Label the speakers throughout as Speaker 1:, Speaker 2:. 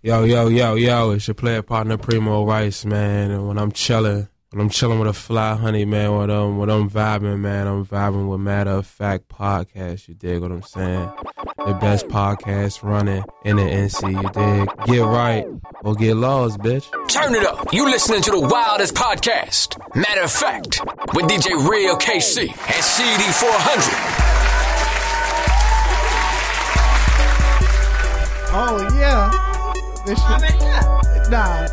Speaker 1: Yo, yo, yo, yo, it's your player partner Primo Rice, man. And when I'm chilling, when I'm chilling with a fly honey, man, when I'm, when I'm vibing, man, I'm vibing with Matter of Fact Podcast, you dig what I'm saying? The best podcast running in the NC, you dig? Get right or get lost, bitch.
Speaker 2: Turn it up. You listening to the wildest podcast. Matter of fact, with DJ Real KC and CD400.
Speaker 3: Oh yeah. This shit.
Speaker 4: Already up.
Speaker 3: Nah.
Speaker 4: Up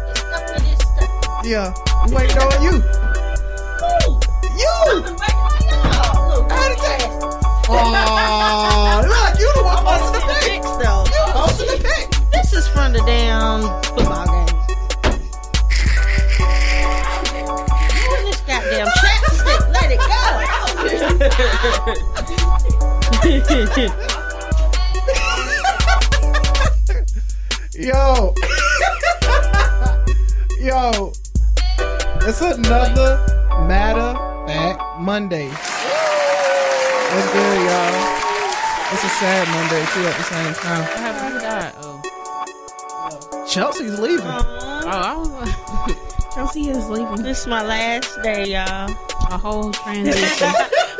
Speaker 4: for this stuff.
Speaker 3: Yeah. I'm waiting on you.
Speaker 4: Cool.
Speaker 3: You.
Speaker 4: I'm waiting on y'all. Little
Speaker 3: I had to
Speaker 4: ass.
Speaker 3: take- Oh, look, you the one
Speaker 5: Posting
Speaker 3: posting the
Speaker 5: the
Speaker 3: pic.
Speaker 5: pics, though.
Speaker 3: You posting the pic.
Speaker 5: This is from the damn football game. You and this goddamn chapstick. Let it go.
Speaker 3: Yo. Yo. It's another matter fact Monday. What's good, y'all? It's a sad Monday too at the same time.
Speaker 6: happened to that? Oh.
Speaker 3: Chelsea's leaving.
Speaker 6: Oh, I was. Chelsea is leaving.
Speaker 5: This is my last day, y'all.
Speaker 6: A whole transition.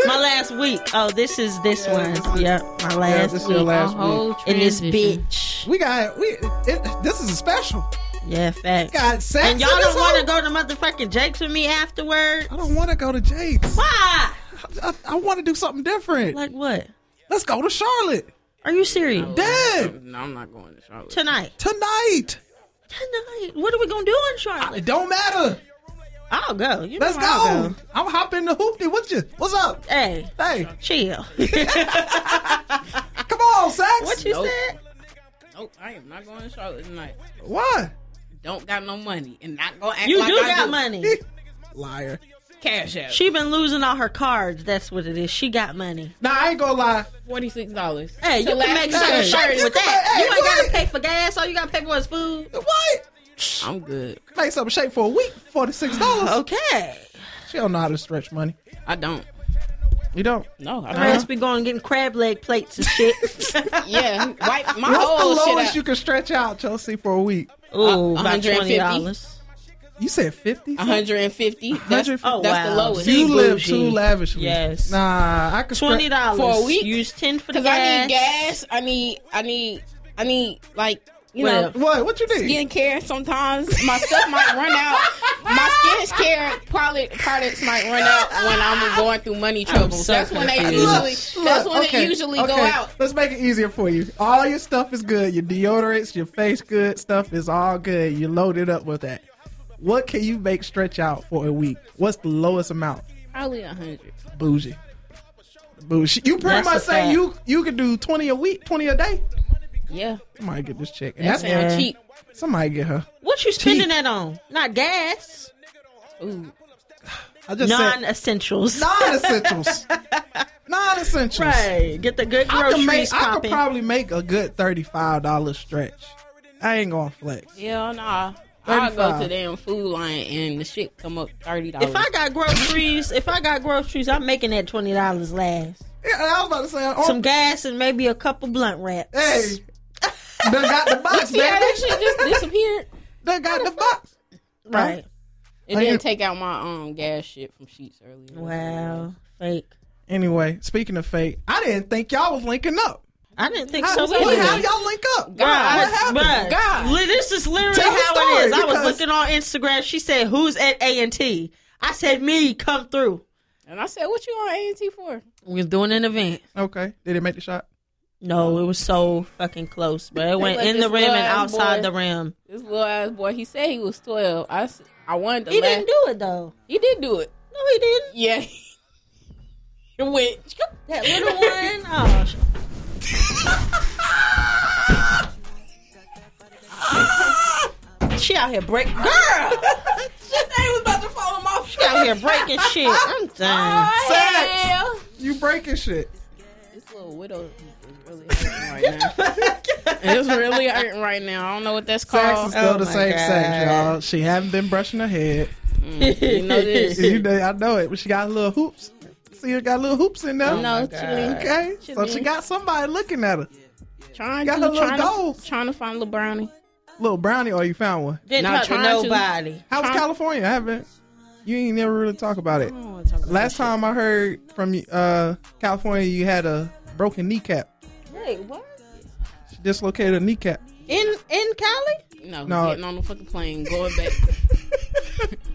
Speaker 5: My last week. Oh, this is this one. Yep, my
Speaker 3: yeah,
Speaker 5: last
Speaker 3: this is
Speaker 5: week.
Speaker 3: your
Speaker 6: a
Speaker 3: last week.
Speaker 6: whole
Speaker 5: in this
Speaker 6: transition.
Speaker 5: bitch.
Speaker 3: We got we. It, this is a special.
Speaker 5: Yeah, facts.
Speaker 3: Got sex.
Speaker 5: and y'all
Speaker 3: in this
Speaker 5: don't want to
Speaker 3: hole?
Speaker 5: go to motherfucking Jake's with me afterward?
Speaker 3: I don't want to go to Jake's.
Speaker 5: Why?
Speaker 3: I, I want to do something different.
Speaker 5: Like what?
Speaker 3: Let's go to Charlotte.
Speaker 5: Are you serious?
Speaker 3: Dead
Speaker 6: No, I'm not going to Charlotte.
Speaker 5: Tonight.
Speaker 3: tonight.
Speaker 5: Tonight. What are we gonna do in Charlotte?
Speaker 3: It don't matter.
Speaker 5: I'll go. You know
Speaker 3: Let's
Speaker 5: I'll
Speaker 3: go. I'm hopping the hoopty with you. What's up?
Speaker 5: Hey,
Speaker 3: Hey,
Speaker 5: chill.
Speaker 3: come on, Sax.
Speaker 5: what you
Speaker 6: Nope.
Speaker 5: said?
Speaker 6: Nope, I am not going to Charlotte tonight.
Speaker 3: Why?
Speaker 6: Don't got no money and not gonna act
Speaker 5: You
Speaker 6: like
Speaker 5: do
Speaker 6: I
Speaker 5: got
Speaker 6: do.
Speaker 5: money.
Speaker 3: Liar.
Speaker 6: Cash out.
Speaker 5: She been losing all her cards. That's what it is. She got money.
Speaker 3: Nah, I ain't gonna lie.
Speaker 6: Forty six dollars.
Speaker 5: Hey, you can
Speaker 3: night.
Speaker 5: make something shirt
Speaker 3: You
Speaker 5: with
Speaker 3: can
Speaker 5: that.
Speaker 3: make- hey,
Speaker 5: you ain't gotta
Speaker 3: what?
Speaker 5: pay for gas. All you gotta pay for is food.
Speaker 3: What?
Speaker 6: I'm good.
Speaker 3: Make some shape for a week, forty six
Speaker 5: Oh.
Speaker 3: dollars.
Speaker 5: Okay.
Speaker 3: She don't know how to stretch money.
Speaker 6: I don't.
Speaker 3: You don't.
Speaker 6: No, I
Speaker 5: The
Speaker 6: don't.
Speaker 5: rest be going getting crab leg plates and shit.
Speaker 6: Yeah, wipe my
Speaker 3: What's
Speaker 6: whole
Speaker 3: the
Speaker 6: shit
Speaker 3: lowest
Speaker 6: out.
Speaker 3: you can stretch out, Chelsea, for a week?
Speaker 5: Ooh,
Speaker 6: Uh,
Speaker 5: about twenty
Speaker 6: 150?
Speaker 5: dollars.
Speaker 3: You said fifty.
Speaker 6: 150. That's,
Speaker 3: 150.
Speaker 6: that's
Speaker 5: Oh,
Speaker 6: the
Speaker 5: wow.
Speaker 6: lowest.
Speaker 3: You live
Speaker 5: bougie.
Speaker 3: too lavishly.
Speaker 5: Yes.
Speaker 3: Nah, I could
Speaker 5: Twenty dollars
Speaker 6: For a week?
Speaker 5: Use ten for the
Speaker 6: Because I need gas. I need. I need. I need like you
Speaker 5: What
Speaker 6: know
Speaker 5: else?
Speaker 3: What? What you did?
Speaker 6: skincare. Sometimes my stuff might run out. My skincare product products might run out when I'm going through money troubles.
Speaker 5: so
Speaker 6: that's when they
Speaker 5: confused.
Speaker 6: usually. that's when
Speaker 3: okay,
Speaker 6: they usually go
Speaker 3: okay.
Speaker 6: out.
Speaker 3: Let's make it easier for you. All your stuff is good. Your deodorants, your face good stuff is all good. You loaded up with that. What can you make stretch out for a week? What's the lowest amount?
Speaker 6: Probably a hundred.
Speaker 3: Bougie. Bougie. You pretty
Speaker 5: That's a
Speaker 3: much say
Speaker 5: fact.
Speaker 3: you you could do twenty a week, twenty a day.
Speaker 6: Yeah,
Speaker 3: Somebody get this chick. And that's
Speaker 6: that sounds
Speaker 5: Yeah.
Speaker 6: cheap.
Speaker 3: somebody get her.
Speaker 5: What you spending
Speaker 3: Cheap.
Speaker 5: that on? Not gas.
Speaker 6: Ooh,
Speaker 3: I just
Speaker 5: Non
Speaker 3: said
Speaker 5: essentials.
Speaker 3: non essentials. non essentials.
Speaker 5: Right. Get the good
Speaker 3: I could,
Speaker 5: groceries
Speaker 3: make, I could
Speaker 5: popping.
Speaker 3: probably make a good thirty-five dollar stretch. I ain't gonna flex.
Speaker 6: yeah, nah. I'll go
Speaker 3: 35.
Speaker 6: to damn food line and the shit come up thirty dollars.
Speaker 5: If I got groceries, if I got groceries, I'm making that twenty dollars last.
Speaker 3: Yeah, I was about to say, oh,
Speaker 5: Some gas and maybe a couple blunt wraps.
Speaker 3: hey, they got the box,
Speaker 6: See how that
Speaker 3: baby.
Speaker 6: shit just disappeared.
Speaker 3: They got the box.
Speaker 5: right.
Speaker 6: It
Speaker 3: Are you-
Speaker 6: didn't take out my um gas shit from sheets earlier.
Speaker 5: Wow. Fake.
Speaker 3: Anyway, speaking of fate, I didn't think y'all was linking up.
Speaker 5: I didn't think
Speaker 3: How,
Speaker 5: so
Speaker 3: what-
Speaker 5: either.
Speaker 3: how y'all link up?
Speaker 6: God,
Speaker 3: what happened?
Speaker 5: Bruh,
Speaker 6: God.
Speaker 5: li- this is literally
Speaker 3: Tell the
Speaker 5: how it
Speaker 3: story,
Speaker 5: is. I was
Speaker 3: because-
Speaker 5: looking on Instagram. She said, "Who's at A and T?" I said, "Me, come through."
Speaker 6: And I said, "What you on A and T for?"
Speaker 5: We was doing an event.
Speaker 3: Okay, did it make the shot?
Speaker 5: No, it was so fucking close, but it went
Speaker 6: let
Speaker 5: in the
Speaker 6: this
Speaker 5: rim and
Speaker 6: little ass
Speaker 5: outside
Speaker 6: boy-
Speaker 5: the rim.
Speaker 6: This little ass boy, he said he was twelve. I, s- I wanted to.
Speaker 5: He
Speaker 6: laugh.
Speaker 5: didn't do it though.
Speaker 6: He did do it.
Speaker 5: No, he didn't.
Speaker 6: Yeah. it went.
Speaker 5: That little one. Oh, sh- Oh, She out here break girl.
Speaker 6: Shit, they was about to fall him off.
Speaker 5: She out here breaking shit. I'm done.
Speaker 6: Hell.
Speaker 3: You breaking shit.
Speaker 6: This little widow is really hurting right now. it's really hurting right now. I don't know what that's
Speaker 3: Sex is
Speaker 6: called.
Speaker 3: still the
Speaker 5: my
Speaker 3: same sex,
Speaker 5: God.
Speaker 3: y'all. oh She haven't been brushing her head.
Speaker 6: You know this.
Speaker 3: You know, I know it. But she got little hoops. See, you got little hoops in there. Oh
Speaker 6: No, she ain't
Speaker 3: Okay, so she got somebody looking at her.
Speaker 6: trying
Speaker 3: Got
Speaker 6: to
Speaker 3: her little
Speaker 6: trying, to
Speaker 3: goals.
Speaker 6: trying to find little brownie.
Speaker 3: little brownie, or you found one.
Speaker 5: Didn't talk
Speaker 6: Not
Speaker 5: to
Speaker 6: trying to.
Speaker 5: nobody.
Speaker 3: How was California? I haven't. You ain't never really talk about it.
Speaker 5: Oh,
Speaker 6: don't wanna talk about
Speaker 3: Last time I heard from you, uh, California, you had a broken kneecap.
Speaker 5: Wait, what?
Speaker 3: She dislocated a kneecap.
Speaker 5: In in Cali?
Speaker 6: No,
Speaker 3: No.
Speaker 6: getting on the fucking plane, going back,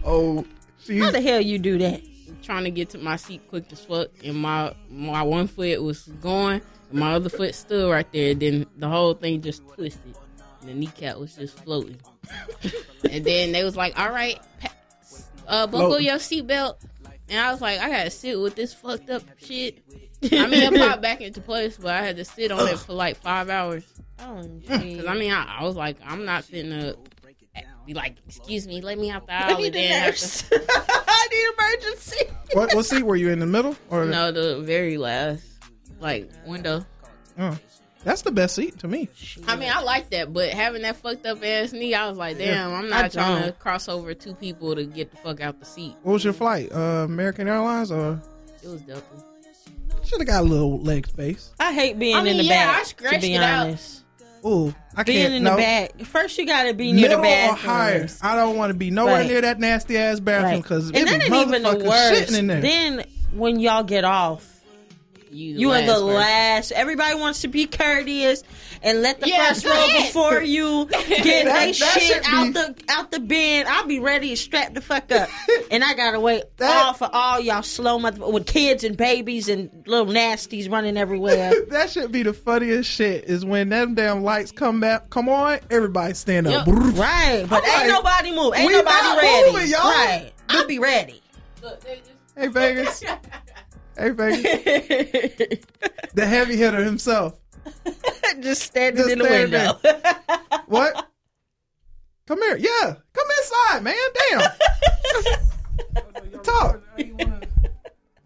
Speaker 3: Oh, she
Speaker 5: How the hell you do that?
Speaker 6: trying to get to my seat quick as fuck, and my my one foot was going, and my other foot stood right there. Then the whole thing just twisted, and the kneecap was just floating. and then they was like, "All right, pa- uh, buckle
Speaker 3: Floating.
Speaker 6: your seatbelt." And I was like, "I gotta sit with this fucked up shit." I mean, it popped back into place, but I had to sit on it for like five hours.
Speaker 5: Oh,
Speaker 6: Cause I mean, I, I was like, I'm not finna be like, excuse me, let me out the aisle. and then have to-
Speaker 5: I need emergency.
Speaker 3: what, what seat were you in the middle or
Speaker 6: No, the very last like window.
Speaker 3: Oh, that's the best seat to me.
Speaker 6: I mean, I like that, but having that fucked up ass knee, I was like, damn, I'm not
Speaker 5: I
Speaker 6: trying to
Speaker 5: don't.
Speaker 6: cross over two people to get the fuck out the seat.
Speaker 3: What was your flight? Uh, American Airlines or
Speaker 6: It was Delta.
Speaker 3: should have got a little leg space.
Speaker 5: I hate being
Speaker 6: I mean,
Speaker 5: in the
Speaker 6: yeah,
Speaker 5: back.
Speaker 6: I scratched
Speaker 5: to be
Speaker 6: it out.
Speaker 5: honest.
Speaker 3: Ooh, I
Speaker 5: Being
Speaker 3: can't.
Speaker 5: in
Speaker 3: no.
Speaker 5: the back. First, you gotta be near
Speaker 3: Middle
Speaker 5: the
Speaker 3: or
Speaker 5: bathroom.
Speaker 3: higher? I don't want to be nowhere
Speaker 5: Right.
Speaker 3: near that nasty ass bathroom
Speaker 5: Right.
Speaker 3: because
Speaker 5: And that ain't even the worst.
Speaker 3: shitting in there.
Speaker 5: Then when y'all get off,
Speaker 6: You,
Speaker 5: You are the
Speaker 6: person.
Speaker 5: last. Everybody wants to be courteous and let the
Speaker 6: Yeah,
Speaker 5: first
Speaker 6: go
Speaker 5: row
Speaker 6: ahead.
Speaker 5: before you get
Speaker 3: That-
Speaker 5: they
Speaker 3: that
Speaker 5: shit
Speaker 3: should be-
Speaker 5: out the out the bin. I'll be ready to strap the fuck up, and I gotta wait
Speaker 3: That-
Speaker 5: all for all y'all slow mother with kids and babies and little nasties running everywhere.
Speaker 3: that should be the funniest shit is when them damn lights come back come on everybody stand up
Speaker 6: Yep.
Speaker 3: Brrr.
Speaker 5: right, but
Speaker 3: I'm
Speaker 5: ain't
Speaker 3: like,
Speaker 5: nobody move. Ain't
Speaker 3: we not
Speaker 5: nobody ready.
Speaker 3: moving, y'all.
Speaker 5: right, I'll be ready.
Speaker 6: Look, they just-
Speaker 3: hey vegas hey vegas the heavy hitter himself
Speaker 5: Just standing
Speaker 3: Just
Speaker 5: in the
Speaker 3: standing
Speaker 5: window.
Speaker 3: what come here yeah come inside man damn talk You-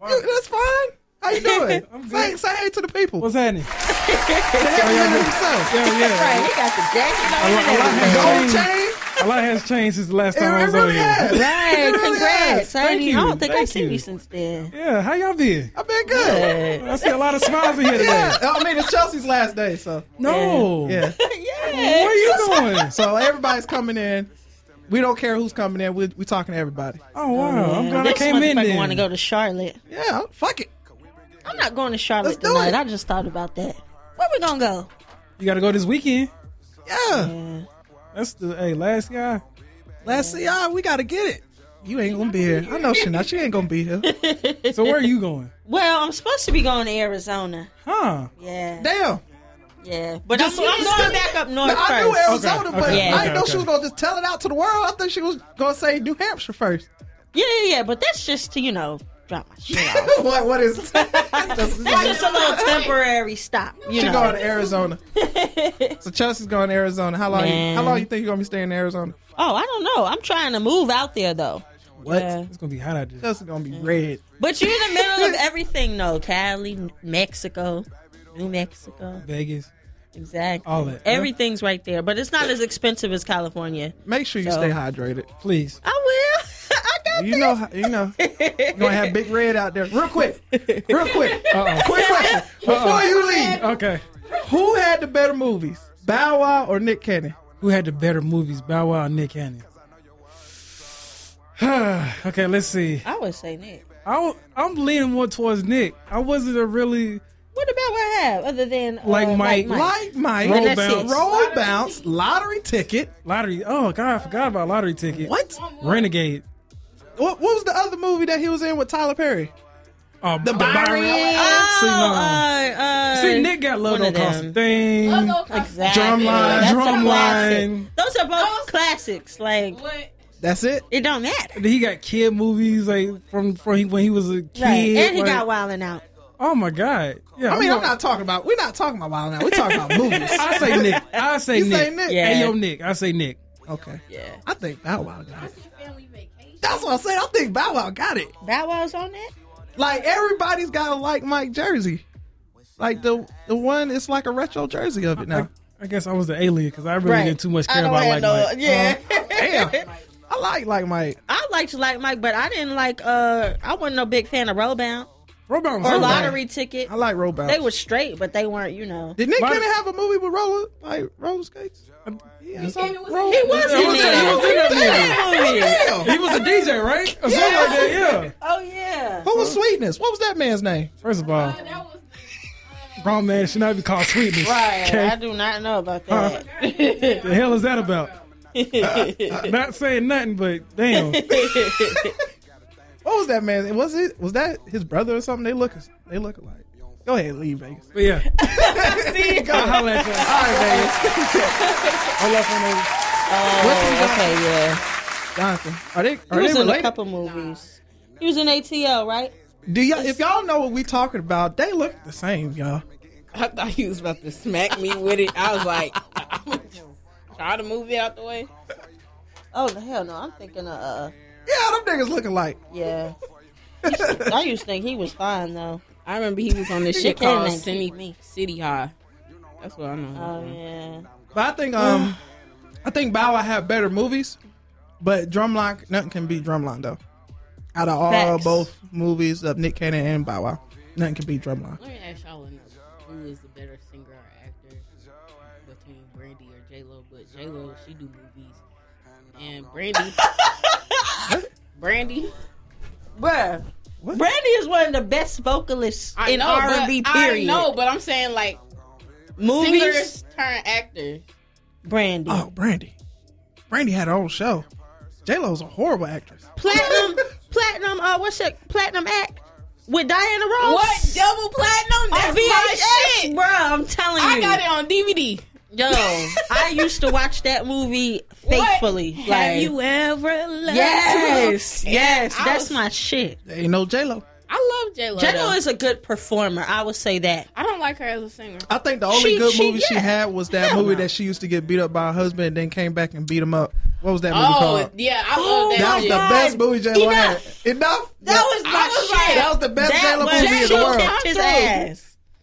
Speaker 3: that's fine how you doing say, say hey to the people
Speaker 7: What's happening?
Speaker 3: the heavy hitter himself
Speaker 7: Yeah, yeah.
Speaker 5: right, he got the jacket on.
Speaker 7: lot-
Speaker 5: and
Speaker 7: a lot
Speaker 5: everything.
Speaker 7: happened.
Speaker 3: gold chain
Speaker 7: A lot has changed since the last
Speaker 3: it,
Speaker 7: time I
Speaker 3: it
Speaker 7: was on
Speaker 3: really
Speaker 7: here.
Speaker 3: has
Speaker 5: Right,
Speaker 3: It really
Speaker 5: congrats.
Speaker 3: is.
Speaker 5: I, ain't
Speaker 7: Thank
Speaker 5: even- I
Speaker 7: you.
Speaker 5: don't think I've
Speaker 7: Thank
Speaker 5: seen
Speaker 7: you.
Speaker 5: you since then.
Speaker 7: Yeah, how y'all been?
Speaker 3: i've been good
Speaker 7: I see a lot of smiles in here today.
Speaker 3: yeah i mean it's chelsea's last day so
Speaker 7: No.
Speaker 3: yeah
Speaker 7: Where are you going?
Speaker 3: So everybody's coming in. We don't care who's coming in. We're, we talking to everybody.
Speaker 7: Oh, wow. I'm glad I
Speaker 5: Next
Speaker 7: came in
Speaker 5: motherfucker
Speaker 7: then.
Speaker 5: want to go to Charlotte.
Speaker 3: Yeah, fuck it.
Speaker 5: I'm not going to Charlotte
Speaker 3: Let's do
Speaker 5: tonight.
Speaker 3: it.
Speaker 5: I just thought about that. Where we gonna go?
Speaker 7: You got to go this weekend.
Speaker 3: Yeah.
Speaker 7: That's the hey, last guy.
Speaker 3: Let's see. All right, we got to get it. You ain't going to be here. I know she not. She ain't going to be here.
Speaker 7: So where are you going?
Speaker 5: Well, I'm supposed to be going to Arizona.
Speaker 7: Huh?
Speaker 5: Yeah,
Speaker 3: Damn.
Speaker 5: yeah. But I'm,
Speaker 3: Just-
Speaker 5: I'm
Speaker 3: just-
Speaker 5: going back up north
Speaker 3: Now, I knew
Speaker 5: first.
Speaker 3: Arizona,
Speaker 7: Okay,
Speaker 3: but I
Speaker 5: okay,
Speaker 3: didn't
Speaker 7: okay,
Speaker 3: know she
Speaker 7: okay.
Speaker 3: was going to just tell it out to the world. I thought she was going to say New Hampshire first.
Speaker 5: Yeah, yeah, yeah. But that's just to you know drop my shit off.
Speaker 3: what, what is Just-
Speaker 5: That's just a little temporary stop. You
Speaker 3: She
Speaker 5: know.
Speaker 3: going to Arizona. so Chelsea's going to Arizona. How long? You,
Speaker 5: Man.
Speaker 3: how long you think you're gonna be staying in Arizona?
Speaker 5: oh, I don't know. I'm trying to move out there though.
Speaker 3: What?
Speaker 5: Yeah.
Speaker 7: It's gonna be hot out there.
Speaker 3: Chelsea's gonna be red.
Speaker 5: But you're in the middle of everything though. Cali, Mexico, New Mexico.
Speaker 7: Vegas.
Speaker 5: Exactly.
Speaker 7: All that, yeah.
Speaker 5: Everything's right there, but it's not as expensive as California.
Speaker 3: Make sure you
Speaker 5: So-
Speaker 3: stay hydrated.
Speaker 7: Please.
Speaker 5: I will. I got
Speaker 3: You know, how- you know, you're gonna have Big Red out there. Real quick, real quick,
Speaker 7: Uh oh.
Speaker 3: quick question. Before you leave,
Speaker 7: Okay.
Speaker 3: who had the better movies, Bow Wow or Nick Cannon?
Speaker 7: Who had the better movies, Bow Wow or Nick Cannon? okay, let's see.
Speaker 5: I would say Nick.
Speaker 7: I, I'm leaning more towards Nick. I wasn't a really
Speaker 5: What about what I have other than uh,
Speaker 7: Like Mike.
Speaker 3: Like Mike,
Speaker 7: Roll
Speaker 5: that's
Speaker 7: bounce.
Speaker 5: it.
Speaker 3: roll bounce, lottery ticket.
Speaker 7: lottery. Oh God, I forgot about lottery ticket.
Speaker 3: What?
Speaker 7: Renegade.
Speaker 3: What? What was the other movie that he was in with Tyler Perry?
Speaker 7: Um, the
Speaker 3: Byron.
Speaker 5: Oh,
Speaker 7: See, no.
Speaker 5: uh, uh,
Speaker 7: See, Nick got love
Speaker 5: one
Speaker 7: don't
Speaker 5: of
Speaker 7: cost a
Speaker 5: them.
Speaker 7: thing.
Speaker 5: Oh, Exactly.
Speaker 3: Drumline,
Speaker 5: That's a
Speaker 7: Drumline.
Speaker 5: classic. Those are both classics. Like
Speaker 6: What?
Speaker 3: That's it.
Speaker 5: it don't matter.
Speaker 7: He got kid movies like from from he- when he was a kid.
Speaker 5: Right. And he
Speaker 7: like-
Speaker 5: got wilding out.
Speaker 7: Oh my God. Yeah.
Speaker 3: I mean, I'm
Speaker 7: gonna-
Speaker 3: not talking about. We're not talking about Wild Now. We're talking about movies.
Speaker 7: I say Nick. I say
Speaker 3: You
Speaker 7: Nick.
Speaker 3: say Nick?
Speaker 5: Yeah.
Speaker 7: Hey yo, Nick. I say Nick.
Speaker 3: Okay.
Speaker 5: Yeah.
Speaker 3: I think Bow Wow got it. That's what I'm saying. I think Bow Wow got it.
Speaker 5: Bow Wow's on that.
Speaker 3: Like everybody's got a like Mike jersey. Like the the one, it's like a retro jersey of it now.
Speaker 7: I guess I was the alien because I really
Speaker 5: Right.
Speaker 7: didn't too much care
Speaker 5: I don't
Speaker 7: about like uh,
Speaker 5: have no-
Speaker 7: Mike.
Speaker 5: Yeah.
Speaker 3: Damn. I like like Mike.
Speaker 5: I liked like Mike, but I didn't like. uh I wasn't no big fan of Robound.
Speaker 7: Robot was
Speaker 5: Or
Speaker 7: okay.
Speaker 5: lottery ticket.
Speaker 3: I like robots.
Speaker 5: They were straight, but they weren't, you know.
Speaker 3: Did Nick
Speaker 7: Why-
Speaker 3: Cannon have a movie with roller like roller skates? He had some roll-
Speaker 5: He was
Speaker 7: He
Speaker 5: in
Speaker 7: was in- he was
Speaker 5: there.
Speaker 7: in that
Speaker 5: that
Speaker 3: Damn.
Speaker 7: movie. He was a DJ, right? Or something like that, yeah.
Speaker 5: Oh, yeah.
Speaker 3: Who was Sweetness? What was that man's name?
Speaker 7: First of all, wrong man should not be called sweetness.
Speaker 5: Right.
Speaker 7: Okay.
Speaker 5: I do not know about
Speaker 3: Uh-huh.
Speaker 5: that.
Speaker 7: The hell is that about? Not saying nothing, but damn.
Speaker 3: What was that man? Was it was that his brother or something? They look they look alike. Go ahead, leave Vegas.
Speaker 7: But yeah. I'll holler at y'all.
Speaker 3: All right, Vegas.
Speaker 7: I'll holler at y'all.
Speaker 5: Oh, okay, yeah.
Speaker 3: Jonathan, are they
Speaker 5: He
Speaker 3: are
Speaker 5: was
Speaker 3: they
Speaker 5: in a
Speaker 3: related?
Speaker 5: couple movies. He was in ATL, right?
Speaker 3: Do y'all if y'all know what we talking about? They look the same, y'all.
Speaker 6: I thought he was about to smack me with it. I was like, try to move it out the way.
Speaker 5: Oh, the hell no. I'm thinking of, uh,
Speaker 3: Yeah, them niggas look alike.
Speaker 5: yeah. I used to think he was fine, though.
Speaker 6: I remember he was on this shit
Speaker 5: Can't
Speaker 6: called
Speaker 5: make
Speaker 6: City,
Speaker 5: me.
Speaker 6: City High. That's what I know.
Speaker 5: Oh, yeah.
Speaker 3: But I think um, I think Bow Wow had better movies, but Drumline nothing can beat Drumline though. Out of all
Speaker 5: Facts.
Speaker 3: both movies of Nick Cannon and Bow Wow, nothing can beat Drumline.
Speaker 6: Let me ask y'all another. Who is the better singer or actor between Brandy or J Lo? But J Lo, she do movies, and Brandy, Brandy,
Speaker 5: Bruh.
Speaker 3: What?
Speaker 5: Brandy is one of the best vocalists
Speaker 6: I
Speaker 5: in
Speaker 6: know,
Speaker 5: R and B.
Speaker 6: but-
Speaker 5: Period.
Speaker 6: I know, but I'm saying like
Speaker 5: Movies,
Speaker 6: singers turn actors.
Speaker 5: Brandy,
Speaker 3: Oh, Brandy, Brandy had her own show. J Lo's a horrible actress.
Speaker 5: platinum, platinum. Uh, what's that? Platinum act with Diana Ross.
Speaker 6: What double platinum?
Speaker 5: On
Speaker 6: That's my
Speaker 5: VHS,
Speaker 6: shit.
Speaker 5: bro. I'm telling you.
Speaker 6: I got it on DVD.
Speaker 5: Yo, I used to watch that movie faithfully.
Speaker 6: What?
Speaker 5: Like,
Speaker 6: Have you ever loved?
Speaker 5: yes,
Speaker 6: someone?
Speaker 5: yes,
Speaker 6: And I
Speaker 5: that's
Speaker 6: was-
Speaker 5: my shit.
Speaker 3: There ain't no J Lo.
Speaker 6: I love J Lo.
Speaker 5: J Lo is a good performer. I would say that.
Speaker 6: I don't like her as a singer.
Speaker 3: I think the only
Speaker 5: She-
Speaker 3: good
Speaker 5: she-
Speaker 3: movie she
Speaker 5: yeah.
Speaker 3: had was that
Speaker 5: Hell
Speaker 3: movie
Speaker 5: no.
Speaker 3: that she used to get beat up by her husband and then came back and beat him up. What was that movie
Speaker 6: Oh
Speaker 3: called?
Speaker 6: yeah, I
Speaker 5: Oh,
Speaker 6: love that.
Speaker 3: That was
Speaker 6: shit.
Speaker 3: the best movie J Lo had. Enough.
Speaker 5: That was my
Speaker 6: I was like,
Speaker 5: shit.
Speaker 3: that was the best
Speaker 5: That
Speaker 3: J Lo
Speaker 5: was-
Speaker 3: movie in
Speaker 5: she
Speaker 3: the world.
Speaker 5: kicked his ass.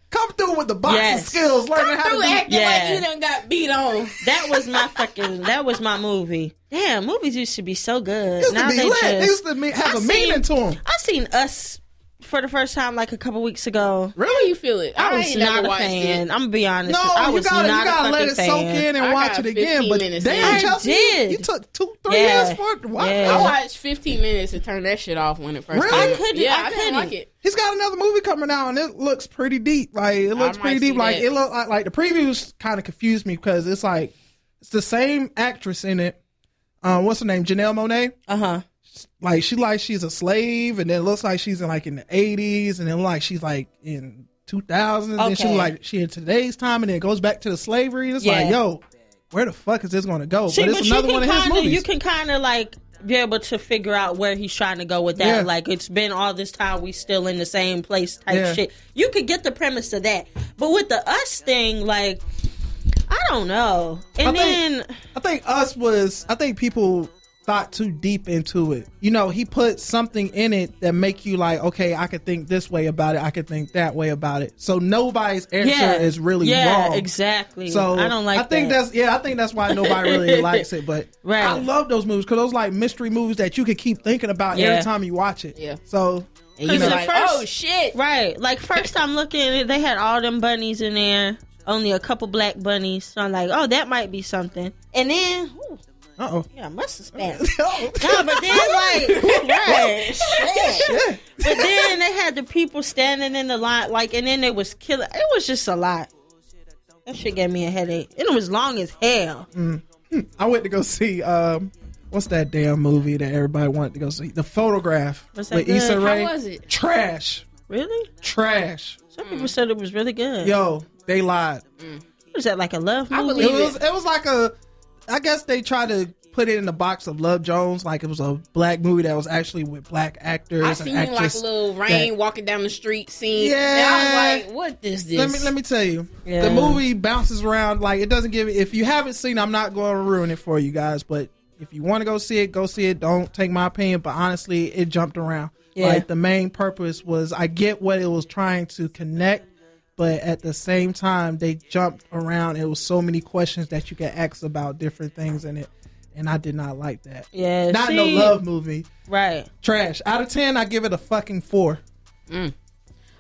Speaker 3: Come through with the boxing
Speaker 5: Yes.
Speaker 3: skills, learning how to
Speaker 6: Through
Speaker 3: be
Speaker 6: acting
Speaker 5: Yeah.
Speaker 6: like you done got beat on.
Speaker 5: That was my fucking. That was my movie. Damn, movies used to be so good.
Speaker 3: used
Speaker 5: now
Speaker 3: to be
Speaker 5: they
Speaker 3: lit. They
Speaker 5: just.
Speaker 3: used to me- have
Speaker 5: I
Speaker 3: a meaning to
Speaker 5: seen-
Speaker 3: them.
Speaker 5: I seen Us for the first time like a couple weeks ago.
Speaker 6: Really, you feel it?
Speaker 5: I
Speaker 6: I,
Speaker 5: was
Speaker 6: ain't
Speaker 5: not
Speaker 6: never
Speaker 5: a
Speaker 6: watched
Speaker 5: fan.
Speaker 6: it.
Speaker 5: I'm gonna be honest.
Speaker 3: No,
Speaker 5: I
Speaker 3: you
Speaker 5: was
Speaker 3: gotta,
Speaker 5: not
Speaker 3: you gotta
Speaker 5: a
Speaker 3: let
Speaker 5: fucking
Speaker 3: it soak
Speaker 5: fan.
Speaker 3: in and
Speaker 6: I
Speaker 3: watch it
Speaker 6: got
Speaker 3: again.
Speaker 6: 15
Speaker 3: But
Speaker 6: minutes
Speaker 3: damn,
Speaker 5: in.
Speaker 3: Chelsea,
Speaker 5: I did.
Speaker 3: you took two, three
Speaker 5: Yeah.
Speaker 3: years for it. Wow.
Speaker 5: Yeah.
Speaker 6: I watched 15 minutes to turn that shit off when it first.
Speaker 3: Really?
Speaker 6: came
Speaker 3: I
Speaker 6: out.
Speaker 5: couldn't-
Speaker 6: Yeah,
Speaker 5: I
Speaker 6: didn't like
Speaker 5: couldn't.
Speaker 6: it.
Speaker 3: He's got another movie coming out, and it looks pretty deep. Like it looks
Speaker 6: might
Speaker 3: pretty
Speaker 6: see
Speaker 3: deep. Like
Speaker 6: that.
Speaker 3: it look like, like the previews kind of confused me because it's like it's the same actress in it. Uh, what's her name? Janelle Monet.
Speaker 5: Uh huh.
Speaker 3: Like she like she's a slave, and then it looks like she's in like in the eighties, and then like she's like in two thousands, and she
Speaker 5: Okay.
Speaker 3: like she in today's time, and then it goes back to the slavery. And it's like,
Speaker 5: Yeah.
Speaker 3: yo, where the fuck is this going to go?
Speaker 5: See,
Speaker 3: but
Speaker 5: but,
Speaker 3: it's
Speaker 5: you
Speaker 3: another
Speaker 5: can
Speaker 3: one of his
Speaker 5: kind of
Speaker 3: movies.
Speaker 5: you can kind of like be able to figure out where he's trying to go with that.
Speaker 3: Yeah.
Speaker 5: Like it's been all this time, we still in the same place type
Speaker 3: Yeah.
Speaker 5: shit. You could get the premise of that, but with the us thing, like I don't know. And
Speaker 3: I
Speaker 5: then
Speaker 3: think- I think us was I think people thought too deep into it. You know, he put something in it that make you like, okay, I could think this way about it, I could think that way about it. So nobody's answer
Speaker 5: yeah,
Speaker 3: is really
Speaker 5: yeah,
Speaker 3: wrong.
Speaker 5: exactly.
Speaker 3: So
Speaker 5: I don't like.
Speaker 3: I think
Speaker 5: that.
Speaker 3: that's yeah. I think that's why nobody really likes it. But
Speaker 5: Right.
Speaker 3: I love those movies because those like mystery movies that you could keep thinking about
Speaker 5: Yeah.
Speaker 3: every time you watch it.
Speaker 6: Yeah.
Speaker 3: So
Speaker 6: And you
Speaker 5: the
Speaker 6: like,
Speaker 5: first-
Speaker 6: oh shit!
Speaker 5: Right. Like first I'm looking at it, they had all them bunnies in there. Only a couple black bunnies. So I'm like, oh, that might be something. And then ooh,
Speaker 3: uh oh.
Speaker 5: yeah, I must have spent. no, but then like right.
Speaker 3: Yeah.
Speaker 5: But then they had the people standing in the line, like and then they was killing it was just a lot. That shit gave me a headache. And it was long as hell.
Speaker 3: I went to go see um what's that damn movie that everybody wanted to go see? The photograph
Speaker 5: Was that
Speaker 3: with
Speaker 5: good?
Speaker 3: Issa
Speaker 5: How
Speaker 3: Rae.
Speaker 6: was it?
Speaker 3: Trash.
Speaker 5: Really?
Speaker 3: Trash.
Speaker 5: Some
Speaker 6: Hmm.
Speaker 5: people said it was really good.
Speaker 3: Yo, they lied.
Speaker 5: Was that like a love
Speaker 6: I
Speaker 5: movie?
Speaker 6: believe
Speaker 3: It was it was like a I guess they tried to put it in the box of Love Jones, like it was a black movie that was actually with black actors.
Speaker 6: I
Speaker 3: and
Speaker 6: seen like
Speaker 3: actress
Speaker 6: little
Speaker 3: that-
Speaker 6: rain walking down the street scene.
Speaker 3: Yeah.
Speaker 6: And I was like, what is this?
Speaker 3: Let me let me tell you.
Speaker 5: Yeah.
Speaker 3: The movie bounces around like it doesn't give if you haven't seen it, I'm not going to ruin it for you guys, but if you want to go see it, go see it. Don't take my opinion, but honestly, it jumped around.
Speaker 5: Yeah.
Speaker 3: Like the main purpose was I get what it was trying to connect, but at the same time they jumped around. It was so many questions that you could ask about different things in it. And I did not like that.
Speaker 5: Yeah,
Speaker 3: Not
Speaker 5: see,
Speaker 3: no love movie.
Speaker 5: Right.
Speaker 3: Trash. Out of ten, I give it a fucking four.
Speaker 6: I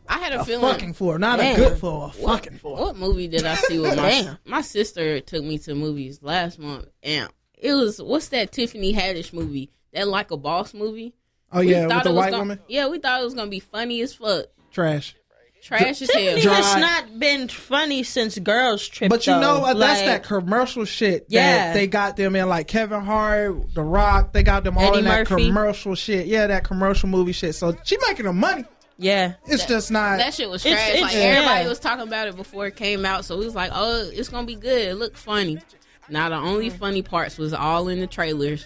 Speaker 6: had a,
Speaker 3: A
Speaker 6: feeling.
Speaker 3: fucking four, not a
Speaker 5: Damn.
Speaker 3: good four. A fucking four.
Speaker 6: What movie did I see with my
Speaker 5: Damn.
Speaker 6: my sister took me to movies last month, and it was what's that Tiffany Haddish movie? That like a boss movie.
Speaker 3: Oh
Speaker 6: We
Speaker 3: yeah, with
Speaker 6: thought
Speaker 3: the
Speaker 6: it was
Speaker 3: white
Speaker 6: gon-
Speaker 3: woman.
Speaker 6: Yeah, we thought it was gonna be funny as fuck,
Speaker 3: Trash.
Speaker 6: trash as hell.
Speaker 5: Tiffany has
Speaker 3: Dry.
Speaker 5: not been funny since Girls Trip.
Speaker 3: But you
Speaker 5: though.
Speaker 3: know what? That's
Speaker 5: Like,
Speaker 3: that commercial shit.
Speaker 5: Yeah.
Speaker 3: that they got them in like Kevin Hart, The Rock. They got them all
Speaker 5: Eddie
Speaker 3: in that
Speaker 5: Murphy.
Speaker 3: commercial shit. Yeah, that commercial movie shit. So she making the money.
Speaker 5: Yeah,
Speaker 3: It's just not.
Speaker 6: That shit was trash.
Speaker 5: It's- it's-
Speaker 6: like
Speaker 5: yeah.
Speaker 6: everybody was talking about it before it came out, so we was like, "Oh, it's gonna be good. It looks funny." Now the only funny parts was all in the trailers.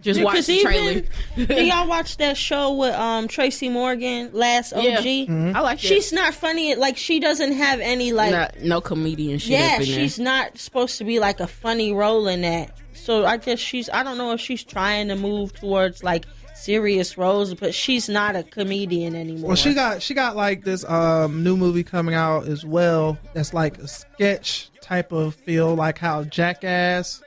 Speaker 6: Just
Speaker 5: Yeah,
Speaker 6: watch
Speaker 5: 'cause
Speaker 6: the trailer.
Speaker 5: even- do y'all watch that show with um Tracy Morgan, Last OG?
Speaker 6: Yeah.
Speaker 3: Mm-hmm.
Speaker 6: I like
Speaker 5: She's not funny. Like she doesn't have any like.
Speaker 6: not, no comedian shit. up
Speaker 5: yeah,
Speaker 6: in
Speaker 5: she's
Speaker 6: there.
Speaker 5: not supposed to be like a funny role in that. So I guess she's. I don't know if she's trying to move towards like serious roles, but she's not a comedian anymore.
Speaker 3: Well, she got she got like this um, new movie coming out as well. That's like a sketch type of feel, like how Jackass,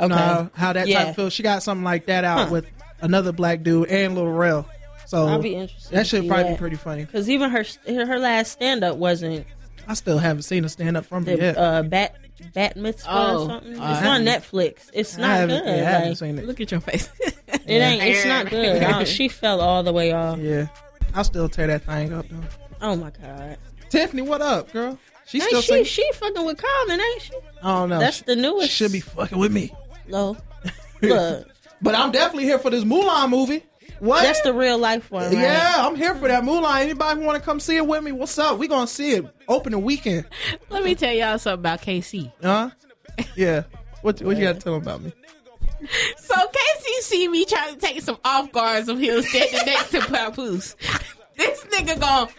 Speaker 3: you know,
Speaker 5: Okay.
Speaker 3: how that
Speaker 5: Yeah.
Speaker 3: type of feel. She got something like that out
Speaker 5: Huh.
Speaker 3: with another black dude and Lil Rel. So
Speaker 5: I'll be interested
Speaker 3: that
Speaker 5: to
Speaker 3: should
Speaker 5: see
Speaker 3: probably
Speaker 5: that.
Speaker 3: be pretty funny.
Speaker 5: Because even her her last stand up wasn't
Speaker 3: I still haven't seen a stand up from
Speaker 5: the
Speaker 3: it yet.
Speaker 5: uh, bat bat mitzvah
Speaker 6: Oh,
Speaker 5: or something.
Speaker 6: uh,
Speaker 5: it's on Netflix. It's
Speaker 3: I
Speaker 5: not
Speaker 3: haven't,
Speaker 5: good.
Speaker 3: yeah, I haven't
Speaker 5: like,
Speaker 3: seen it.
Speaker 6: Look at your face.
Speaker 5: it ain't. It's not good. I don't- she fell all the way off.
Speaker 3: Yeah, I'll still tear that thing up though.
Speaker 5: Oh my god.
Speaker 3: Tiffany, what up, girl? She
Speaker 5: Ain't
Speaker 3: still
Speaker 5: she?
Speaker 3: singing?
Speaker 5: She fucking with Common, ain't she?
Speaker 3: I don't know.
Speaker 5: That's
Speaker 3: She-
Speaker 5: the newest.
Speaker 3: Should be fucking with me.
Speaker 5: low. Look,
Speaker 3: But I'm definitely here for this Mulan movie. What?
Speaker 5: that's the real life one. Right?
Speaker 3: Yeah, I'm here for that Mulan. Anybody want to come see it with me? What's up? We gonna see it opening weekend,
Speaker 6: Let me tell y'all something about KC.
Speaker 3: huh? Yeah. What what you gotta tell them about me?
Speaker 6: So KC see me trying to take some off guards of him standing next to Papoose. This nigga gone.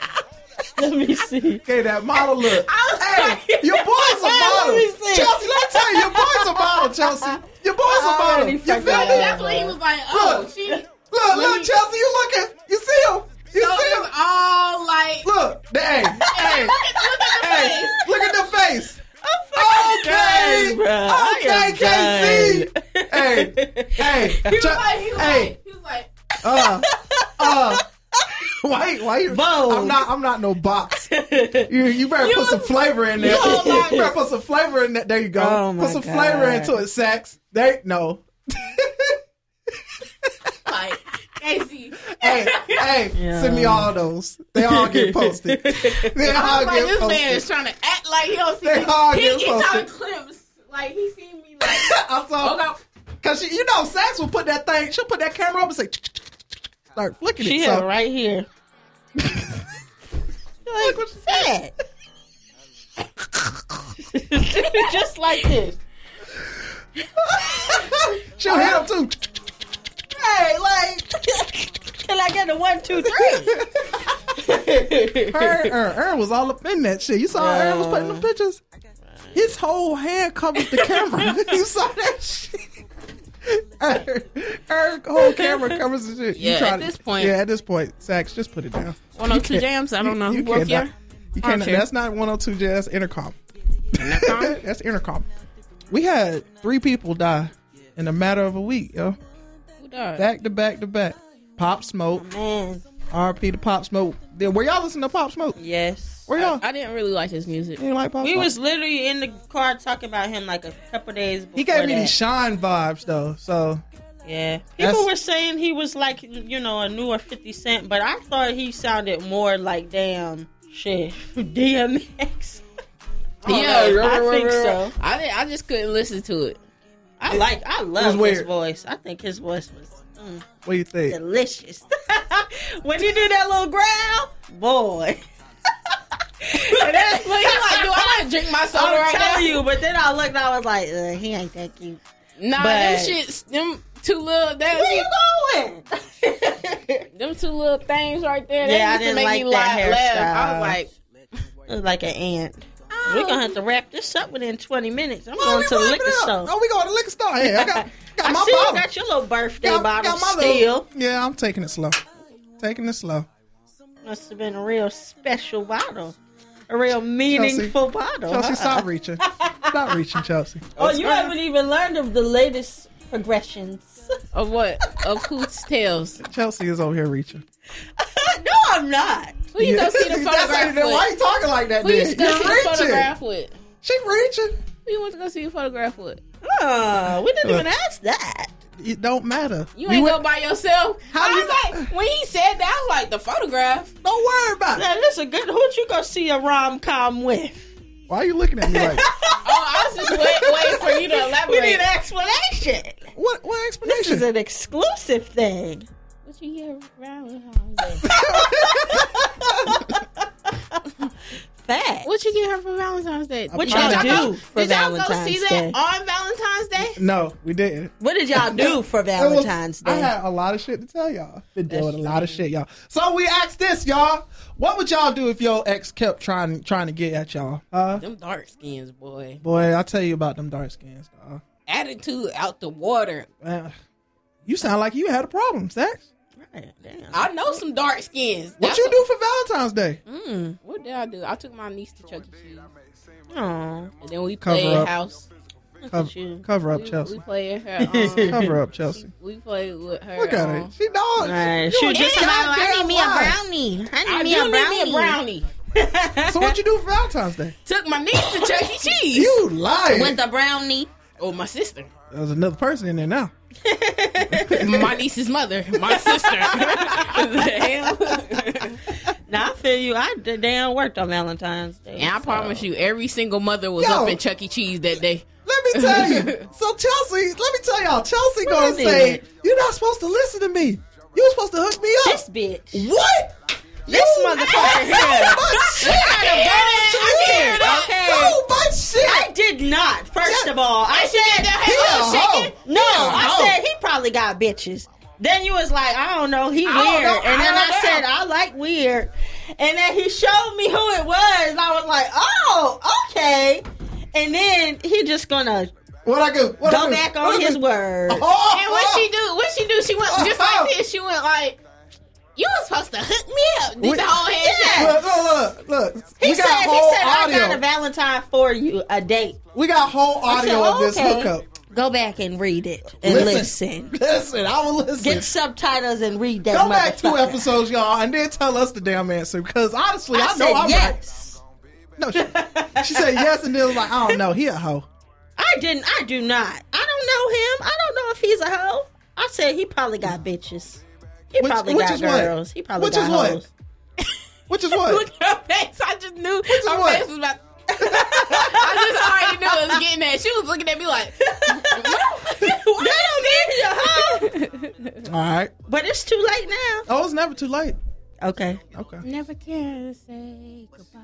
Speaker 5: Let me see.
Speaker 3: Okay, that model look.
Speaker 6: I was like,
Speaker 3: Your boy's a
Speaker 5: Let
Speaker 3: model,
Speaker 5: me see.
Speaker 3: Chelsea. Let me tell you, your boy's a model, Chelsea. Your boy's a model.
Speaker 5: already
Speaker 3: You feel
Speaker 5: fucked
Speaker 3: me?
Speaker 6: that's when he was like, oh,
Speaker 3: Look.
Speaker 6: she.
Speaker 3: Look, look, Chelsea. You looking? You see him? You
Speaker 6: So
Speaker 3: see him?
Speaker 6: it's all like.
Speaker 3: Look, hey, hey, hey! Look at the face. Okay,
Speaker 5: done, bruh. I
Speaker 3: okay,
Speaker 5: am
Speaker 3: KC. Hey, hey,
Speaker 6: He was like, he was
Speaker 3: hey.
Speaker 6: like, he was like,
Speaker 3: uh, uh. Why? Why you?
Speaker 5: Bold.
Speaker 3: I'm not. I'm not no box. You, you better put some flavor in there.
Speaker 6: You
Speaker 3: You,
Speaker 6: like-
Speaker 3: better put some flavor in that. There you go.
Speaker 5: Oh my
Speaker 3: put some flavor
Speaker 5: God.
Speaker 3: into it, sex. They no.
Speaker 6: like, Casey.
Speaker 3: hey, hey, send me all those. They all get posted. They
Speaker 6: I
Speaker 3: all
Speaker 6: was like,
Speaker 3: get
Speaker 6: this man
Speaker 3: posted.
Speaker 6: is trying to act like he don't see
Speaker 3: They
Speaker 6: me.
Speaker 3: all
Speaker 6: He,
Speaker 3: get
Speaker 6: he got
Speaker 3: posted.
Speaker 6: clips. Like, he seen me like,
Speaker 3: I saw.
Speaker 6: oh, God.
Speaker 3: Cause she, you know, Sax will put that thing. She'll put that camera up and say, start flicking
Speaker 5: She
Speaker 3: it.
Speaker 5: here,
Speaker 3: So
Speaker 5: right here. like, what's that? Just like this.
Speaker 3: she'll hit him too.
Speaker 5: Hey, like, can I get a one, two, three?
Speaker 3: Aaron, Aaron, Aaron was all up in that shit. You saw how Aaron was putting the pictures. His whole hand covered the camera. you saw that shit. Aaron, Aaron whole camera covers the shit. You
Speaker 6: Yeah,
Speaker 3: try
Speaker 6: at
Speaker 3: to-
Speaker 6: this point-
Speaker 3: Yeah, at this point, Sax, just put it down.
Speaker 6: 102 jams. I don't know who
Speaker 3: You
Speaker 6: broke
Speaker 3: cannot.
Speaker 6: here.
Speaker 3: You cannot.
Speaker 6: Uh-huh. Armchair.
Speaker 3: That's not 102 Jazz Intercom.
Speaker 6: Intercom?
Speaker 3: that's Intercom. We had three people die in a matter of a week, yo.
Speaker 6: Who died?
Speaker 3: Back to back to back. Pop Smoke.
Speaker 6: Um,
Speaker 5: Man,
Speaker 3: RP to Pop Smoke. Then were y'all listening to Pop Smoke?
Speaker 5: yes.
Speaker 3: Were y'all?
Speaker 6: I didn't really like his music.
Speaker 3: you didn't like Pop
Speaker 5: We
Speaker 3: Smoke?
Speaker 5: was literally in the car talking about him like a couple days before
Speaker 3: he gave me
Speaker 5: that.
Speaker 3: these shine vibes though. So
Speaker 5: Yeah.
Speaker 3: That's-
Speaker 5: People were saying he was like, you know, a newer 50 Cent, but I thought he sounded more like, damn, shit, DMX.
Speaker 6: Yeah,
Speaker 5: I think so.
Speaker 6: I didn't, I just couldn't listen to it.
Speaker 5: I like, I
Speaker 3: was
Speaker 5: love his
Speaker 3: weird.
Speaker 5: voice. I think his voice was mm,
Speaker 3: what do you think?
Speaker 5: delicious. when he do that little growl, boy. And that's-
Speaker 6: Like, I'm like, do I not drink my soda
Speaker 5: I'm
Speaker 6: right now?
Speaker 5: telling you, but then I looked, I was like, uh, he ain't that cute.
Speaker 6: Nah,
Speaker 5: But-
Speaker 6: them shits, them two little, that,
Speaker 5: Where you going?
Speaker 6: them two little things right there.
Speaker 5: Yeah, I
Speaker 6: that used to
Speaker 5: didn't
Speaker 6: make
Speaker 5: like
Speaker 6: me
Speaker 5: that
Speaker 6: laugh, laugh. I
Speaker 5: hairstyle.
Speaker 6: was like,
Speaker 5: Look like an ant. We're gonna have to wrap this up within 20 minutes. I'm
Speaker 3: Oh, we
Speaker 5: going to the
Speaker 3: wrapping
Speaker 5: liquor
Speaker 3: up.
Speaker 5: store.
Speaker 3: Oh, we going to the liquor store. Hey, I got, got
Speaker 5: I
Speaker 3: my
Speaker 5: see you
Speaker 3: bottle.
Speaker 5: got your little birthday
Speaker 3: Got-
Speaker 5: bottle
Speaker 3: got my little-
Speaker 5: still.
Speaker 3: Yeah, I'm taking it slow. Taking it slow.
Speaker 5: Must have been a real special bottle. A real meaningful bottle.
Speaker 3: Chelsea,
Speaker 5: huh?
Speaker 3: stop reaching. Stop reaching, Chelsea.
Speaker 5: Oh, you haven't even learned of the latest progressions.
Speaker 6: of what? Of who's tails?
Speaker 3: Chelsea is over here reaching.
Speaker 5: I no, I'm not.
Speaker 6: Who you gonna see the
Speaker 3: That's how
Speaker 6: photograph
Speaker 3: you know. Why
Speaker 6: with?
Speaker 3: you talking like that?
Speaker 6: Who you
Speaker 3: Then?
Speaker 6: gonna see the
Speaker 3: You're reaching.
Speaker 6: photograph with?
Speaker 3: She reaching.
Speaker 6: Who you want to go see the photograph with?
Speaker 5: Uh, we didn't even ask that.
Speaker 3: It don't matter.
Speaker 6: You
Speaker 3: We
Speaker 6: ain't
Speaker 3: went-
Speaker 6: go by yourself.
Speaker 3: How
Speaker 6: I
Speaker 3: you
Speaker 6: was like, when he said that, I was like, the photograph.
Speaker 3: Don't worry about it.
Speaker 5: Now, that's a good. Who'd you go see a rom com with?
Speaker 3: Why are you looking at me like?
Speaker 6: Oh, I was just wait, waiting for you to
Speaker 5: We need an
Speaker 6: elaborate.
Speaker 5: explanation.
Speaker 3: What? What
Speaker 5: This
Speaker 3: explanation?
Speaker 5: is an exclusive thing.
Speaker 6: What you get around with Valentine's Day?
Speaker 5: Fact.
Speaker 6: What you get her for Valentine's Day?
Speaker 5: What
Speaker 6: Did
Speaker 5: y'all
Speaker 6: y'all
Speaker 5: do
Speaker 6: go-
Speaker 5: for
Speaker 6: Did y'all go see
Speaker 5: Valentine's Day?
Speaker 6: that on Valentine's Day?
Speaker 3: no, we didn't.
Speaker 5: What did y'all do for
Speaker 3: It was-
Speaker 5: Valentine's
Speaker 3: I
Speaker 5: Day?
Speaker 3: had a lot of shit to tell y'all. Been dealing with a lot of shit, y'all. So we asked this, y'all. What would y'all do if your ex kept trying trying to get at y'all? Huh?
Speaker 6: Them dark skins, boy.
Speaker 3: Boy, I'll tell you about them dark skins, dog.
Speaker 6: Attitude out the water.
Speaker 3: Man, You sound like you had a problem, Sax.
Speaker 5: Right, damn.
Speaker 6: I know some dark skins.
Speaker 3: What
Speaker 6: That's
Speaker 3: you do for Valentine's Day?
Speaker 5: Mm.
Speaker 6: What did I do? I took my niece to Chuck E. Cheese,
Speaker 5: Aw,
Speaker 6: and then we
Speaker 3: Cover
Speaker 6: played
Speaker 3: up.
Speaker 6: house.
Speaker 3: Cover,
Speaker 5: you.
Speaker 3: cover up,
Speaker 6: We, we
Speaker 3: Chelsea.
Speaker 6: played her. Um,
Speaker 3: Cover up, Chelsea.
Speaker 6: we played with her.
Speaker 3: Look at
Speaker 6: um,
Speaker 3: her. She dog.
Speaker 5: Right.
Speaker 3: you
Speaker 5: She
Speaker 3: a
Speaker 5: was just about, like, I
Speaker 3: goddamn
Speaker 5: need me a
Speaker 3: liar.
Speaker 5: brownie. I
Speaker 6: I
Speaker 5: need me
Speaker 6: do
Speaker 5: a brownie.
Speaker 6: need me a brownie.
Speaker 3: So what you do for Valentine's Day?
Speaker 6: Took my niece to Chuck E. Cheese.
Speaker 3: You lying.
Speaker 5: With a brownie.
Speaker 6: Oh, my sister.
Speaker 3: There's another person in there now.
Speaker 6: My niece's mother. My sister. Damn.
Speaker 5: Now I feel you. I d- damn worked on Valentine's Day.
Speaker 6: And I
Speaker 5: so.
Speaker 6: promise you, every single mother was
Speaker 3: Yo.
Speaker 6: up at Chuck E. Cheese that day.
Speaker 3: Let me tell you. So Chelsea, let me tell y'all. Chelsea gonna
Speaker 5: Wait a
Speaker 3: say
Speaker 5: minute.
Speaker 3: you're not supposed to listen to me. You were supposed to hook me up.
Speaker 5: This bitch.
Speaker 3: what? This
Speaker 5: motherfucker here.
Speaker 3: So much shit.
Speaker 5: I did.
Speaker 3: You
Speaker 5: Okay.
Speaker 3: did So much
Speaker 5: I
Speaker 3: shit.
Speaker 5: did not. First of all, I
Speaker 3: He
Speaker 5: said
Speaker 3: a hoe.
Speaker 5: No, I
Speaker 3: hoe.
Speaker 5: said he probably got bitches. Then you was like, I don't know, he weird.
Speaker 3: don't know,
Speaker 5: and then
Speaker 3: I
Speaker 5: I,
Speaker 3: don't
Speaker 5: said,
Speaker 3: know.
Speaker 5: I like weird. And then he showed me who it was. And I was like, oh, okay. And then he just gonna
Speaker 3: What I do? What I
Speaker 5: go
Speaker 3: do?
Speaker 5: back
Speaker 3: What I
Speaker 5: on his
Speaker 3: do?
Speaker 5: word.
Speaker 3: Oh,
Speaker 6: And what she do? What she do? She went just like this. She went like, "You was supposed to hook me up." Did
Speaker 3: Wait.
Speaker 6: the whole handshake?
Speaker 3: oh. Look, look, look, look.
Speaker 5: He
Speaker 3: we
Speaker 5: said,
Speaker 3: got
Speaker 5: he said,
Speaker 3: whole
Speaker 5: I
Speaker 3: audio.
Speaker 5: got a Valentine for you, a date.
Speaker 3: we got whole
Speaker 5: said,
Speaker 3: audio of this
Speaker 5: okay.
Speaker 3: hookup.
Speaker 5: Go back and read it and listen.
Speaker 3: Listen, I will listen.
Speaker 5: Get subtitles and read that.
Speaker 3: Go back two
Speaker 5: motherfucker.
Speaker 3: episodes, y'all, and then tell us the damn answer. Because honestly, I,
Speaker 5: I,
Speaker 3: know
Speaker 5: said
Speaker 3: I'm right.
Speaker 5: yes.
Speaker 3: No, she, she said yes, and then was like, "I don't know, he a hoe."
Speaker 5: I didn't. I do not. I don't know him. I don't know if he's a hoe. I said he probably got bitches. He
Speaker 3: Which-
Speaker 5: probably
Speaker 3: which
Speaker 5: got
Speaker 3: is what?
Speaker 5: girls. He probably
Speaker 3: Which
Speaker 5: got
Speaker 3: is what?
Speaker 5: hoes.
Speaker 3: Which is what?
Speaker 6: Look at her face. I just knew
Speaker 3: is
Speaker 6: her
Speaker 3: what?
Speaker 6: face was about. I just already knew it was getting that. She was looking at me like,
Speaker 5: That don't mean he's a hoe.
Speaker 3: All right.
Speaker 5: But it's too late now.
Speaker 3: Oh, it's never too late.
Speaker 5: Okay.
Speaker 3: Okay.
Speaker 6: "Never can say goodbye.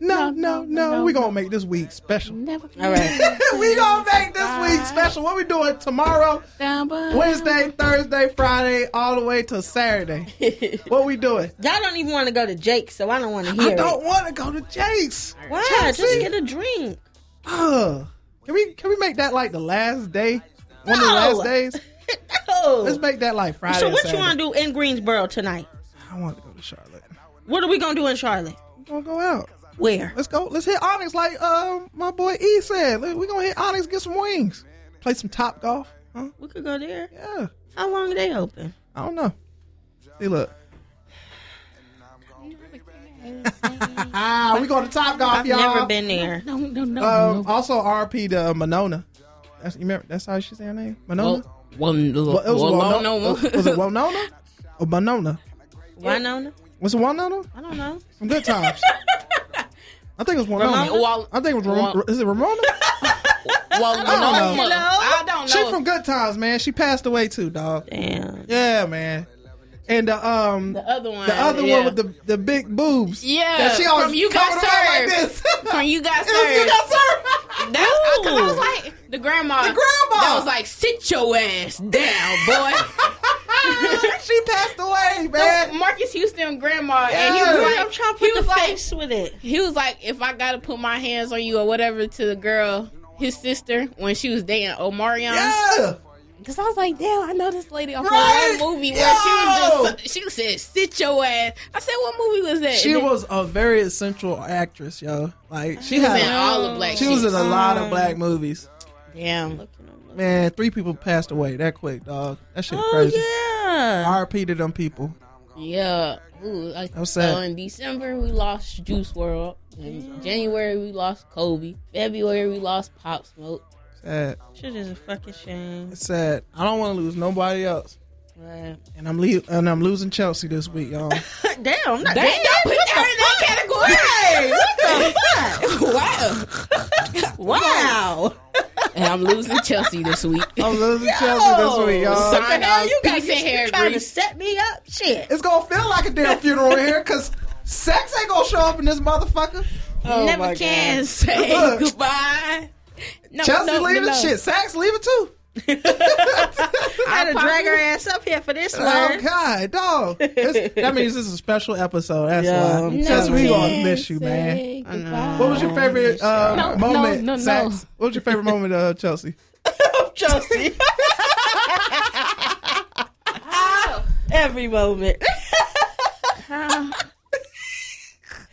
Speaker 3: No, no, no. We gonna make this week special.
Speaker 6: Never
Speaker 5: All right.
Speaker 3: we gonna make this week special. What we doing tomorrow, Wednesday, Thursday, Friday, all the way till Saturday? What we doing?
Speaker 5: Y'all don't even want to go to Jake, so I don't want to hear
Speaker 3: I don't
Speaker 5: it.
Speaker 3: want to go to Jake's.
Speaker 5: Why? Just
Speaker 3: Chelsea.
Speaker 5: get a drink.
Speaker 3: Ugh. Can we can we make that like the last day? One of the
Speaker 5: No.
Speaker 3: last days.
Speaker 5: no.
Speaker 3: Let's make that like Friday.
Speaker 5: so
Speaker 3: and
Speaker 5: what you
Speaker 3: Saturday.
Speaker 5: want to do in Greensboro tonight?
Speaker 3: I want to go to Charlotte.
Speaker 5: What are we gonna do in Charlotte?
Speaker 3: We're gonna go out.
Speaker 5: Where?
Speaker 3: Let's go. Let's hit Onyx like uh, my boy E said. We're gonna hit Onyx, get some wings, play some top golf. Huh?
Speaker 5: We could go there.
Speaker 3: Yeah.
Speaker 5: How long are they open?
Speaker 3: I don't know. See, look. ah, we go to Top Golf,
Speaker 5: I've
Speaker 3: y'all.
Speaker 5: never been there.
Speaker 6: No, no, no.
Speaker 3: Um, also, RP to uh, Monona. That's you remember? That's how she say her name, Monona.
Speaker 6: Well, one, well,
Speaker 3: Well, it was
Speaker 6: well,
Speaker 3: Winona-
Speaker 6: no,
Speaker 3: was- Was it Winona or Monona?
Speaker 5: Why Nona?
Speaker 3: Was it Winona?
Speaker 5: I don't know.
Speaker 3: From Good Times. I think it was Winona.
Speaker 6: Ramona?
Speaker 3: I think it was Ramona.
Speaker 6: Ramona.
Speaker 3: Is it Ramona?
Speaker 6: well, no,
Speaker 3: know.
Speaker 6: no. I don't
Speaker 3: She
Speaker 6: know.
Speaker 3: from Good Times, man. She passed away too, dog.
Speaker 5: Damn.
Speaker 3: Yeah, man. And the um the
Speaker 6: other one.
Speaker 3: other
Speaker 6: yeah.
Speaker 3: one with the the big boobs.
Speaker 6: Yeah,
Speaker 3: That she always
Speaker 6: from You Got
Speaker 3: covered up like
Speaker 6: Served.
Speaker 3: this.
Speaker 6: From You Got
Speaker 3: It was you
Speaker 6: Served.
Speaker 3: got served.
Speaker 6: That I, 'cause I was like the grandma.
Speaker 3: The grandma.
Speaker 6: That was like sit your ass down, boy.
Speaker 3: she passed away, man.
Speaker 6: Uh, Marcus Houston grandma, and he
Speaker 3: Yeah.
Speaker 6: was
Speaker 5: I'm
Speaker 6: like,
Speaker 5: trying to
Speaker 6: he
Speaker 5: put the
Speaker 6: was like,
Speaker 5: face with it.
Speaker 6: he was like, if I gotta put my hands on you or whatever to the girl, his sister, when she was dating Omarion.
Speaker 3: Yeah.
Speaker 6: Cause I was like, damn, I know this lady off
Speaker 3: Right?
Speaker 6: of one movie where
Speaker 3: Yo.
Speaker 6: she was just, she said, sit your ass. I said, what movie was that?
Speaker 3: She
Speaker 6: And then
Speaker 3: was a very essential actress, yo. Like she
Speaker 6: she was in
Speaker 3: had,
Speaker 6: all the black.
Speaker 3: she was in
Speaker 6: Sheep.
Speaker 3: a lot of black movies.
Speaker 6: damn.
Speaker 3: Man, three people passed away that quick, dog. That shit
Speaker 5: Oh
Speaker 3: crazy.
Speaker 5: yeah.
Speaker 3: RP to them people.
Speaker 6: Yeah. Ooh, like,
Speaker 3: I'm sad.
Speaker 6: So in December we lost Juice World. In January we lost Kobe. February we lost Pop Smoke.
Speaker 3: Sad.
Speaker 5: Shit is a fucking shame.
Speaker 3: It's sad. I don't want to lose nobody else.
Speaker 5: Right.
Speaker 3: And I'm leave- and I'm losing Chelsea this week, y'all.
Speaker 5: Damn, I'm not.
Speaker 8: Damn, y'all put that in that category. wow.
Speaker 5: Wow.
Speaker 6: And I'm losing Chelsea this week.
Speaker 3: I'm losing Chelsea this week, y'all.
Speaker 5: Oh, What the hell
Speaker 6: Sign
Speaker 5: you
Speaker 6: of
Speaker 5: guys
Speaker 6: peace and hair
Speaker 5: you trying to
Speaker 6: grease.
Speaker 5: set me up? Shit.
Speaker 3: It's gonna feel like a damn funeral in here because sex ain't gonna show up in this motherfucker.
Speaker 5: Oh
Speaker 6: Never can say
Speaker 3: Oh Look.
Speaker 6: goodbye. No,
Speaker 3: Chelsea
Speaker 6: no,
Speaker 3: leaving,
Speaker 6: no.
Speaker 3: shit, sex leaving too.
Speaker 5: I Uh-huh. had to drag her ass up here for this
Speaker 3: Oh
Speaker 5: one.
Speaker 3: God, dog! This- that means this is a special episode. That's
Speaker 5: Yeah,
Speaker 3: why.
Speaker 5: I'm
Speaker 3: Because
Speaker 5: telling
Speaker 3: we
Speaker 5: you.
Speaker 3: gonna miss you, man. What was your favorite uh,
Speaker 6: No, no,
Speaker 3: moment,
Speaker 6: no, no.
Speaker 3: Sax? What was your favorite moment, uh, Chelsea?
Speaker 5: Chelsea. Every moment. Damn,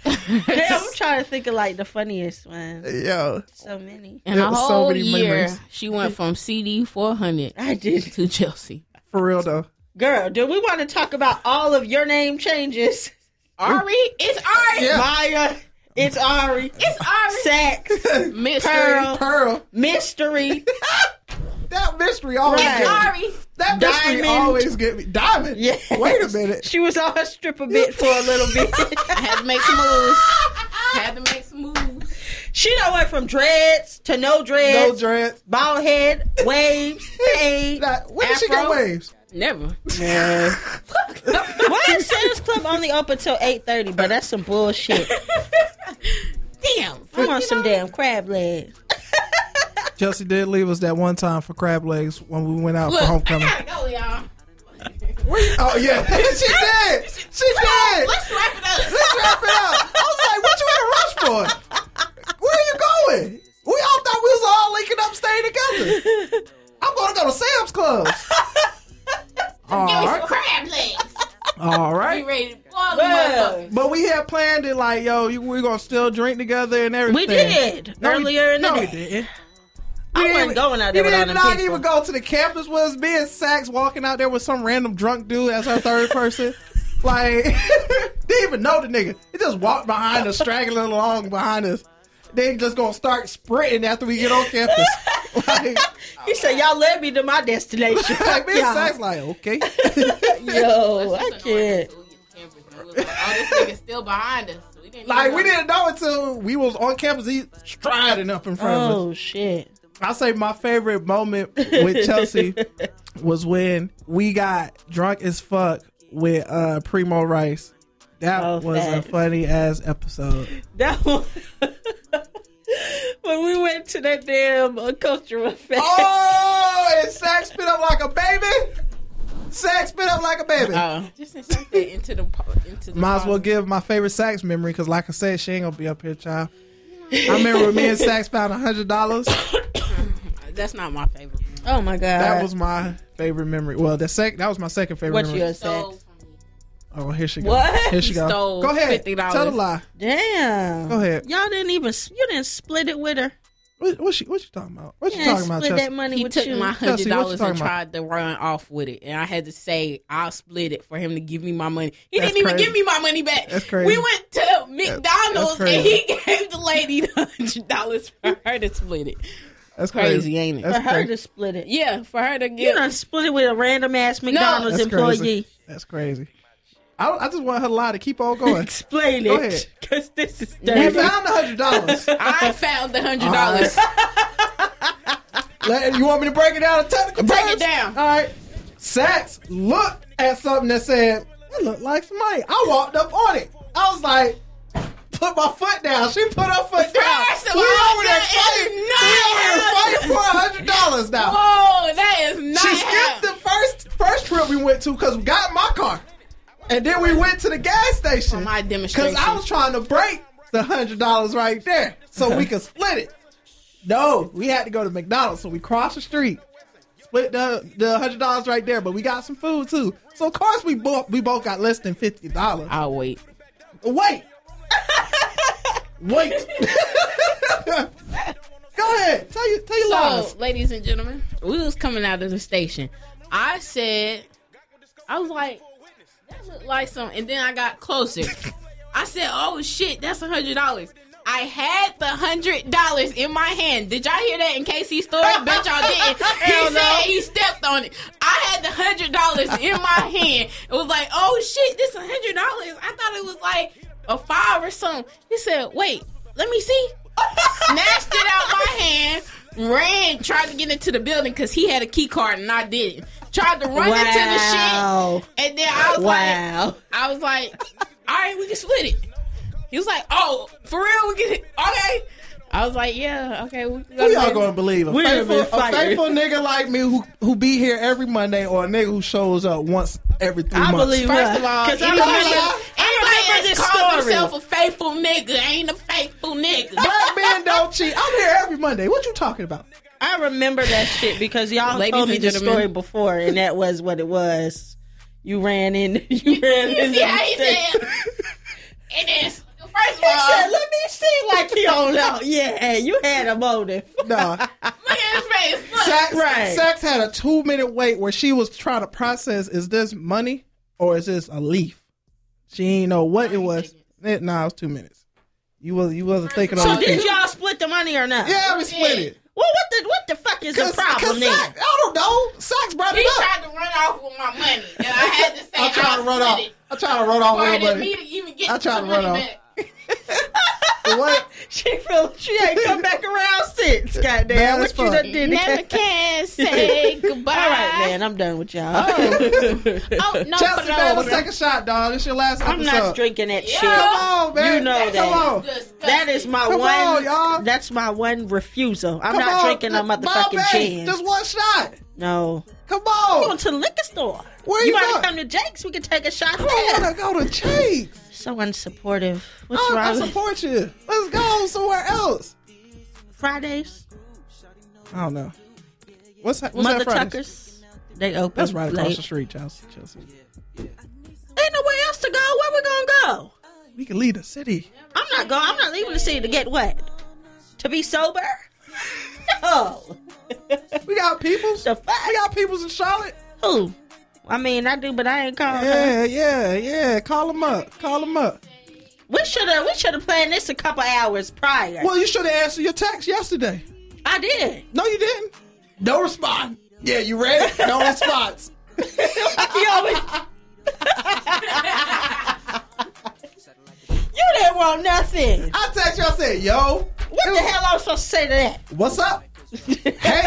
Speaker 5: I'm trying to think of like the funniest one.
Speaker 3: Yo,
Speaker 5: So many.
Speaker 6: And
Speaker 3: It
Speaker 6: a
Speaker 3: was so
Speaker 6: whole
Speaker 3: many
Speaker 6: year,
Speaker 3: memories.
Speaker 6: she went from CD 400
Speaker 5: I did.
Speaker 6: to Chelsea.
Speaker 3: for real though.
Speaker 5: Girl, do we want to talk about all of your name changes?
Speaker 6: Ari, it's Ari.
Speaker 3: Yeah.
Speaker 5: Maya, it's Ari. It's
Speaker 6: Ari.
Speaker 5: Sex,
Speaker 6: Mystery.
Speaker 5: Pearl.
Speaker 3: Pearl,
Speaker 5: Mystery,
Speaker 3: that mystery always.
Speaker 5: Right.
Speaker 3: Get me.
Speaker 6: Ari.
Speaker 3: That mystery
Speaker 5: Diamond.
Speaker 3: always get me. Diamond.
Speaker 5: Yeah.
Speaker 3: Wait a minute.
Speaker 5: She was on her stripper bit for a little bit.
Speaker 6: Had to make some moves. Had to make some moves.
Speaker 5: she done went from dreads to no dreads,
Speaker 3: No dreads.
Speaker 5: bald head, waves, fade.
Speaker 3: Nah, When did she get
Speaker 5: Afro.
Speaker 3: waves?
Speaker 6: Never.
Speaker 5: Why is Sam's Club only open till eight thirty? But that's some bullshit.
Speaker 6: Damn.
Speaker 5: I want some damn crab legs.
Speaker 3: Chelsea did leave us that one time for crab legs when we went out
Speaker 6: Look,
Speaker 3: for
Speaker 6: I
Speaker 3: homecoming.
Speaker 6: gotta go, y'all.
Speaker 3: Oh yeah, she did. She did.
Speaker 6: Let's wrap it up.
Speaker 3: Let's wrap it up. I was like, what you in a rush for? Where are you going? We all thought we was all linking up, staying together. I'm gonna go to Sam's Club. all right,
Speaker 6: Crab legs.
Speaker 3: all
Speaker 6: You
Speaker 3: right.
Speaker 6: ready to boil the motherfucker.
Speaker 3: But we had planned it like, yo, you- we gonna still drink together and everything.
Speaker 5: We did
Speaker 3: No, we-
Speaker 5: earlier in the
Speaker 3: no, we
Speaker 5: day.
Speaker 3: didn't.
Speaker 5: I
Speaker 3: We
Speaker 5: wasn't
Speaker 3: didn't-
Speaker 5: going
Speaker 3: We
Speaker 5: out there without
Speaker 3: did
Speaker 5: them
Speaker 3: not
Speaker 5: people.
Speaker 3: even go to the campus with us. Me and Sax walking out there with some random drunk dude as our third person. Like, didn't even know the nigga. He just walked behind us, straggling along behind us. They just gonna start sprinting after we get on campus. Like,
Speaker 5: He said, "Y'all led me to my destination."
Speaker 3: like me and
Speaker 5: Y'all.
Speaker 3: Sax, like, okay.
Speaker 5: Yo, I can't.
Speaker 6: Oh, this nigga's still behind us. We didn't
Speaker 3: like, we didn't know until we was on campus. He striding up in front of us.
Speaker 5: Oh shit!
Speaker 3: I say my favorite moment with Chelsea was when we got drunk as fuck with uh Primo Rice. That
Speaker 5: Oh,
Speaker 3: was
Speaker 5: facts.
Speaker 3: a funny ass episode.
Speaker 5: That one. when we went to that damn uh, cultural fair.
Speaker 3: Oh, and Sack spit up like a baby. Sack spit up like a baby.
Speaker 5: Oh,
Speaker 6: Just insert that into the po- into the.
Speaker 3: Might as well give my favorite Sax memory because, like I said, she ain't gonna be up here, child. I remember when me and Sax found a hundred dollars.
Speaker 6: That's not my favorite.
Speaker 5: Oh my god!
Speaker 3: That was my favorite memory. Well, the sec that was my second favorite.
Speaker 5: what
Speaker 3: memory.
Speaker 5: you
Speaker 6: So
Speaker 5: said.
Speaker 3: Oh, here she go.
Speaker 5: What?
Speaker 3: Here she go.
Speaker 6: Stole
Speaker 3: go ahead.
Speaker 6: $50.
Speaker 3: Tell the lie.
Speaker 5: Damn.
Speaker 3: Go ahead.
Speaker 5: Y'all didn't even. You didn't split it with her.
Speaker 3: What, what she what you talking about? What you
Speaker 5: You didn't
Speaker 3: talking about,
Speaker 5: split
Speaker 3: Chelsea?
Speaker 5: that money
Speaker 6: he
Speaker 5: with
Speaker 6: took
Speaker 5: you.
Speaker 6: my
Speaker 3: Chelsea,
Speaker 6: hundred
Speaker 3: what you
Speaker 6: dollars and
Speaker 3: talking about?
Speaker 6: tried to run off with it, and I had to say I'll split it for him to give me my money. He
Speaker 3: That's
Speaker 6: didn't even
Speaker 3: crazy.
Speaker 6: give me my money back.
Speaker 3: That's crazy.
Speaker 6: We went to McDonald's and
Speaker 3: crazy.
Speaker 6: he gave the lady the hundred dollars for her to split it.
Speaker 3: That's
Speaker 6: Crazy, ain't it?
Speaker 3: That's
Speaker 5: for her
Speaker 3: crazy.
Speaker 5: to split it.
Speaker 6: Yeah, for her to
Speaker 5: You
Speaker 6: give.
Speaker 5: done split it with a random ass McDonald's
Speaker 3: That's
Speaker 5: employee.
Speaker 3: crazy. That's crazy. I, don't- I just want her to lie to keep on going.
Speaker 5: Explain
Speaker 3: Go ahead.
Speaker 5: it, because this is
Speaker 3: we
Speaker 5: dirty.
Speaker 3: found the hundred dollars.
Speaker 6: I found the hundred dollars.
Speaker 3: you want me to break it down in technical
Speaker 6: Break it
Speaker 3: terms?
Speaker 6: down.
Speaker 3: All right. Sax looked at something that said, "That looked like some money." I walked up on it. I was like, "Put my foot down." She put her foot down.
Speaker 6: First of
Speaker 3: we
Speaker 6: all,
Speaker 3: over there
Speaker 6: that
Speaker 3: fighting.
Speaker 6: is
Speaker 3: We over there
Speaker 6: not
Speaker 3: fighting for a hundred dollars now.
Speaker 6: Whoa, Oh, that is not.
Speaker 3: She skipped the first first trip we went to because we got in my car, and then we went to the gas station
Speaker 6: my
Speaker 3: because
Speaker 6: demonstration.
Speaker 3: I was trying to break the hundred dollars right there so we could split it. No, we had to go to McDonald's, so we crossed the street, split the the hundred dollars right there. But we got some food too, so of course we both we both got less than fifty dollars.
Speaker 6: I'll wait.
Speaker 3: Wait, wait. Go ahead, tell you tell you
Speaker 6: So,
Speaker 3: lies.
Speaker 6: ladies and gentlemen, we was coming out of the station. I said, I was like, that look like something. And then I got closer. I said, oh shit, that's a hundred dollars. I had the hundred dollars in my hand. Did y'all hear that in KC story? Bet y'all didn't. He said he stepped on it. I had the hundred dollars in my hand. It was like, oh shit, this a hundred dollars. I thought it was like a five or something. He said, wait, let me see. Snatched it out my hand. Ran, tried to get into the building because he had a key card and I didn't. Tried to run into
Speaker 5: Wow.
Speaker 6: the shit, and then I was like,
Speaker 5: Wow.
Speaker 6: I was like, all right, we can split it. He was like, oh, for real, we can, okay. I was like, yeah, okay. We can go
Speaker 3: Who
Speaker 6: to
Speaker 3: y'all
Speaker 6: bed."
Speaker 3: gonna believe? A
Speaker 7: We'd have
Speaker 3: faithful, a
Speaker 7: been fired.
Speaker 3: faithful nigga like me who who be here every Monday, or a nigga who shows up once every three
Speaker 5: I
Speaker 3: months.
Speaker 5: believe
Speaker 6: First
Speaker 5: her.
Speaker 6: of all,
Speaker 5: 'Cause I
Speaker 6: anybody-
Speaker 5: remember,
Speaker 6: anybody
Speaker 5: I remember
Speaker 6: that
Speaker 5: this
Speaker 6: calls
Speaker 5: story.
Speaker 6: himself a faithful nigga ain't a faithful nigga.
Speaker 3: Black men don't cheat. I'm here every Monday. What you talking about?
Speaker 5: I remember that shit because y'all
Speaker 6: Ladies
Speaker 5: told me
Speaker 6: and
Speaker 5: the
Speaker 6: gentlemen.
Speaker 5: story before, and that was what it was. You ran in. You ran in.
Speaker 6: See how he said? It is. First of all,
Speaker 5: "Let me see." Like you don't know. Yeah, you had a motive.
Speaker 3: Nah.
Speaker 6: look at his face. Look.
Speaker 3: Sax,
Speaker 5: Right.
Speaker 3: Sax had a two minute wait where she was trying to process is this money or is this a leaf? She ain't know what it was. It, nah, it was two minutes. You was you wasn't thinking on
Speaker 5: So
Speaker 3: your
Speaker 5: did
Speaker 3: feet.
Speaker 5: y'all split the money or not?
Speaker 3: Yeah, we split it.
Speaker 5: Well, what the what the fuck is the problem then?
Speaker 3: Sax, I don't know. Sax brought
Speaker 6: he
Speaker 3: it up.
Speaker 6: tried to run off with my money. And I had to say,
Speaker 3: I tried to run off. I tried to run off
Speaker 6: Why did
Speaker 3: everybody.
Speaker 6: me to even get
Speaker 3: I tried
Speaker 6: some
Speaker 3: to run
Speaker 6: money
Speaker 3: off.
Speaker 6: back?
Speaker 3: What?
Speaker 5: She feel she ain't come back around since. Goddamn,
Speaker 3: Bad
Speaker 5: what
Speaker 3: as
Speaker 5: you
Speaker 3: fuck.
Speaker 5: done did?
Speaker 6: Never
Speaker 5: All
Speaker 6: can say goodbye.
Speaker 5: right, man, I'm done with y'all.
Speaker 6: Oh no,
Speaker 3: Chelsea,
Speaker 6: no,
Speaker 3: man, let's
Speaker 6: bro.
Speaker 3: take a shot, dog. It's your last
Speaker 5: I'm
Speaker 3: episode.
Speaker 5: not drinking that
Speaker 6: Yeah.
Speaker 5: shit.
Speaker 3: Come on, man.
Speaker 5: You know
Speaker 3: Come
Speaker 5: that.
Speaker 3: on.
Speaker 6: Disgusting.
Speaker 5: That is my
Speaker 3: Come
Speaker 5: one.
Speaker 3: on, y'all.
Speaker 5: That's my one refusal. I'm
Speaker 3: Come
Speaker 5: not
Speaker 3: on.
Speaker 5: drinking a
Speaker 3: Bombay,
Speaker 5: motherfucking gin.
Speaker 3: Just one shot.
Speaker 5: No.
Speaker 3: Come
Speaker 5: I'm going
Speaker 3: on.
Speaker 5: to the liquor store.
Speaker 3: Where you
Speaker 5: you want
Speaker 3: going?
Speaker 5: to come to Jake's? We can take a shot
Speaker 3: I
Speaker 5: there.
Speaker 3: want to go to Chase.
Speaker 5: So unsupportive. What's
Speaker 3: I, I
Speaker 5: wrong with
Speaker 3: Oh, support you. Let's go somewhere else.
Speaker 5: Fridays?
Speaker 3: I don't know. What's that? What's
Speaker 5: Mother
Speaker 3: that Friday?
Speaker 5: Tuckers? They open.
Speaker 3: That's right across
Speaker 5: late.
Speaker 3: the street, Chelsea. Chelsea.
Speaker 5: Ain't nowhere else to go. Where we gonna go?
Speaker 3: We can leave the city.
Speaker 5: I'm not going. I'm not leaving the city to get what? To be sober? oh,
Speaker 3: We got peoples.
Speaker 5: the
Speaker 3: We
Speaker 5: fuck?
Speaker 3: got peoples in Charlotte.
Speaker 5: Who? I mean, I do, but I ain't called. her.
Speaker 3: Yeah, yeah, yeah. Call them up. Call them up.
Speaker 5: We should have. We should have planned this a couple hours prior.
Speaker 3: Well, you should have answered your text yesterday.
Speaker 5: I did.
Speaker 3: No, you didn't. No response. Yeah, you read it. No response.
Speaker 5: You always. you didn't want nothing.
Speaker 3: I text you. I said, "Yo,
Speaker 5: What the hell am I supposed to say to that?
Speaker 3: what's up? hey,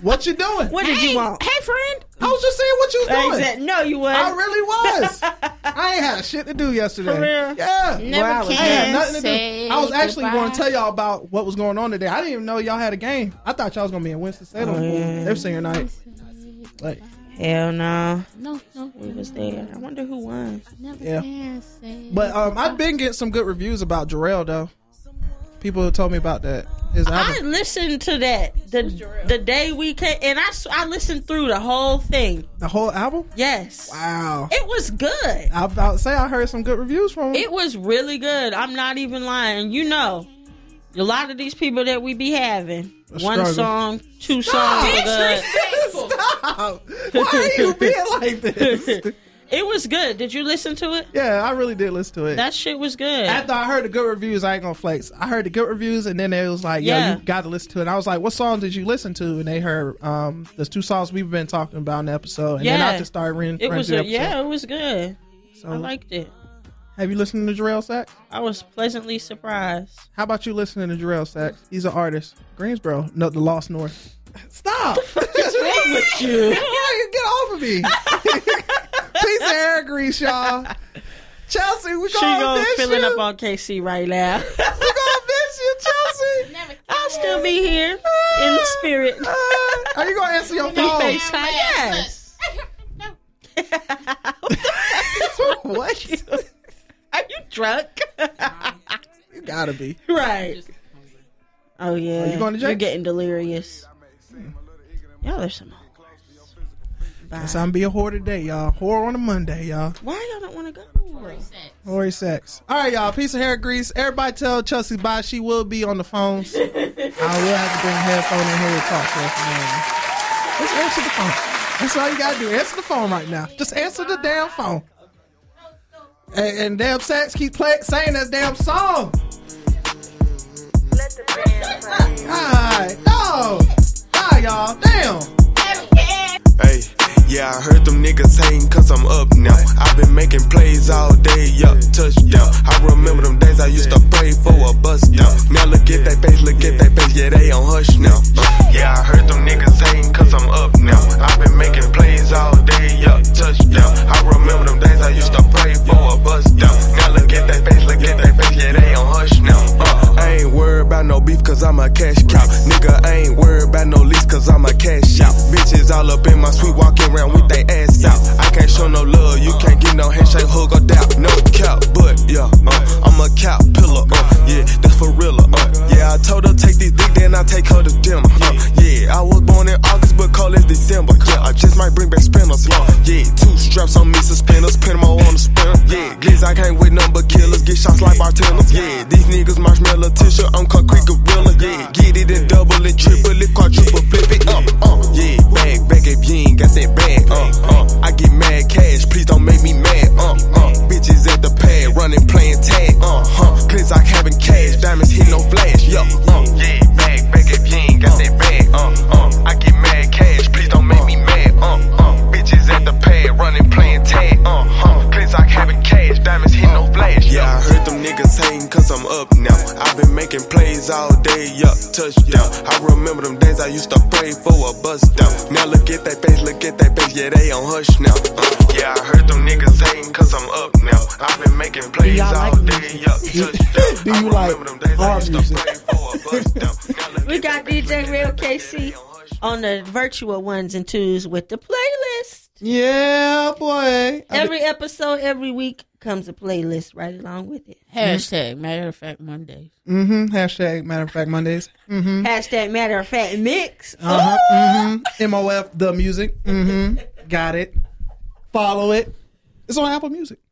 Speaker 3: what you doing?
Speaker 5: What did you want?
Speaker 6: Hey, friend.
Speaker 3: I was just saying what you was doing.
Speaker 5: Exact- No, you
Speaker 3: I
Speaker 5: wasn't.
Speaker 3: really was. I ain't had shit to do yesterday.
Speaker 5: For real?
Speaker 3: Yeah.
Speaker 5: Wow,
Speaker 6: Never
Speaker 5: I
Speaker 3: I had nothing
Speaker 6: can
Speaker 3: to
Speaker 6: say
Speaker 3: do. I was actually
Speaker 6: goodbye.
Speaker 3: going to tell y'all about what was going on today. I didn't even know y'all had a game. I thought y'all was going to be in Winston
Speaker 5: Oh,
Speaker 3: Salem. They were singing night. Like,
Speaker 5: Hell no.
Speaker 6: No, no,
Speaker 5: We was there. I wonder who won.
Speaker 6: never
Speaker 3: Yeah.
Speaker 6: can say.
Speaker 3: but um, I've been getting some good reviews about Jarrell though. People told me about that. His
Speaker 5: I
Speaker 3: album.
Speaker 5: listened to that the the day we came, and I s- I listened through the whole thing.
Speaker 3: the whole album.
Speaker 5: Yes,
Speaker 3: Wow.
Speaker 5: it was good.
Speaker 3: I about to say I heard some good reviews from him.
Speaker 5: It was really good. I'm not even lying. You know, a lot of these people that we be having one
Speaker 3: struggle.
Speaker 5: song, two songs are good.
Speaker 3: Stop. Why are you being like this?
Speaker 5: It was good. Did you listen to it?
Speaker 3: yeah, I really did listen to it.
Speaker 5: That shit was good.
Speaker 3: After I heard the good reviews, I ain't gonna flex. I heard the good reviews, and then it was like, "Yo,
Speaker 5: Yeah.
Speaker 3: you got to listen to it." And I was like, "What song did you listen to?" And they heard um the two songs we've been talking about in the episode, and then I
Speaker 5: Yeah.
Speaker 3: just started running.
Speaker 5: it
Speaker 3: running
Speaker 5: was
Speaker 3: through
Speaker 5: a,
Speaker 3: the episode. Oh.
Speaker 5: yeah, it was good.
Speaker 3: So,
Speaker 5: I liked it.
Speaker 3: have you listened to Jarrell Sack?
Speaker 5: I was pleasantly surprised.
Speaker 3: How about you listening to Jarrell Sack? He's an artist, Greensboro, no, the Lost North. Stop! What's wrong with you? Get off of me! Peace and hair grease, y'all. Chelsea, we
Speaker 5: She
Speaker 3: gonna
Speaker 5: go
Speaker 3: miss you.
Speaker 5: filling up on KC right now.
Speaker 3: we gonna miss you, Chelsea. Uh,
Speaker 5: I'll still be here in spirit.
Speaker 3: Are you gonna answer your
Speaker 5: Oh,
Speaker 3: phone?
Speaker 5: FaceTime. Yes.
Speaker 3: what?
Speaker 5: Are you drunk?
Speaker 3: You gotta be.
Speaker 5: right. Oh yeah.
Speaker 3: you going to
Speaker 5: You're
Speaker 3: Jake's?
Speaker 5: getting delirious. Y'all are some. hoes. Bye.
Speaker 3: It's time to be a whore today, y'all. Whore on a Monday, y'all.
Speaker 5: Why y'all don't want to go?
Speaker 3: Whore is sex. All right, y'all. Piece of hair grease. Everybody tell Chelsea bye. She will be on the phones. I will have to bring a headphone in here to talk to her from now on. Just answer the phone. That's all you gotta do. Answer the phone right now. Just answer the damn phone. And, and damn Sax keep play, saying that damn song. God, no. Nah, Oh. y'all. Damn.
Speaker 9: Hey, yeah, I heard them niggas hating cause I'm up now. I've been making plays all day, yup, touchdown. I remember them days I used to pray for a bust down. Now look at that face, look at that face, yeah, they on hush now. Uh, Yeah, I heard them niggas hating cause I'm up now. I've been making plays all day, yup, touchdown. I remember them days I used to pray for a bust down. Now look at that face, look at that face, yeah, they on hush now. Uh, I ain't worried about no beef cause I'm a cash cow. Nigga, I ain't worried about no lease cause I'm a cash out. Bitches all up in my suite walking around with they ass out. I can't show no love, you can't get no handshake, hug or dap. No cap, but yeah, uh, I'm a cap pillar. Uh, yeah, that's for real. Uh, yeah, I told her take this dick, then I take her to dinner. Uh, yeah, I was born in August, but call it December. Yeah, I just might bring back spinners. Uh, yeah, two straps on me, suspenders, pin 'em all on the spinner. Yeah, glitz, I can't with number killers, get shots like bartenders. Yeah, these niggas marshmallow tissue, I'm concrete gorilla. Yeah, get it and double it, triple it, quadruple flip it. Uh, uh, yeah, bag, bag if you ain't got that bag. Uh, uh, I get mad cash, please don't make me mad. Uh, uh, bitches at the pad, running, playing tag. Uh, huh, glitz, I having cash, diamonds hit no flash. Yeah, uh, yeah, bag, bag if you ain't got that bag. Uh, uh, I get mad cash, please don't make me mad. Uh, uh, bitches at the pad, running, playing tag. Uh, huh, glitz, I having cash, diamonds hit no flash. Yeah, I heard them niggas hating cause I'm up now. I've been making plays all day, yup, touchdown. I remember them days I used to pray for a bust down. Now look at that face, look at that face, yeah, they on hush now. Uh, yeah, I heard them niggas hating cause I'm up now. I've been making plays
Speaker 5: y'all
Speaker 9: all
Speaker 5: like
Speaker 9: day, yup, touchdown.
Speaker 3: Do
Speaker 9: I
Speaker 3: you like
Speaker 9: remember them days I
Speaker 3: hard
Speaker 9: used to
Speaker 3: music?
Speaker 9: pray for a bust down. Now look
Speaker 5: We
Speaker 9: at
Speaker 5: got
Speaker 9: that face,
Speaker 5: DJ
Speaker 9: look at
Speaker 5: Real
Speaker 9: that face, yeah,
Speaker 5: KC.
Speaker 9: they on hush
Speaker 5: on the virtual ones and twos with the playlist.
Speaker 3: Yeah, boy. I
Speaker 5: Every episode, every week comes a playlist right along with it.
Speaker 6: Hashtag matter of fact Mondays.
Speaker 3: Mm-hmm. Hashtag matter of fact Mondays. Mm-hmm.
Speaker 5: Hashtag matter of fact mix.
Speaker 3: Uh-huh. Mm-hmm. MOF the music. Mm-hmm. Got it. Follow it. It's on Apple Music.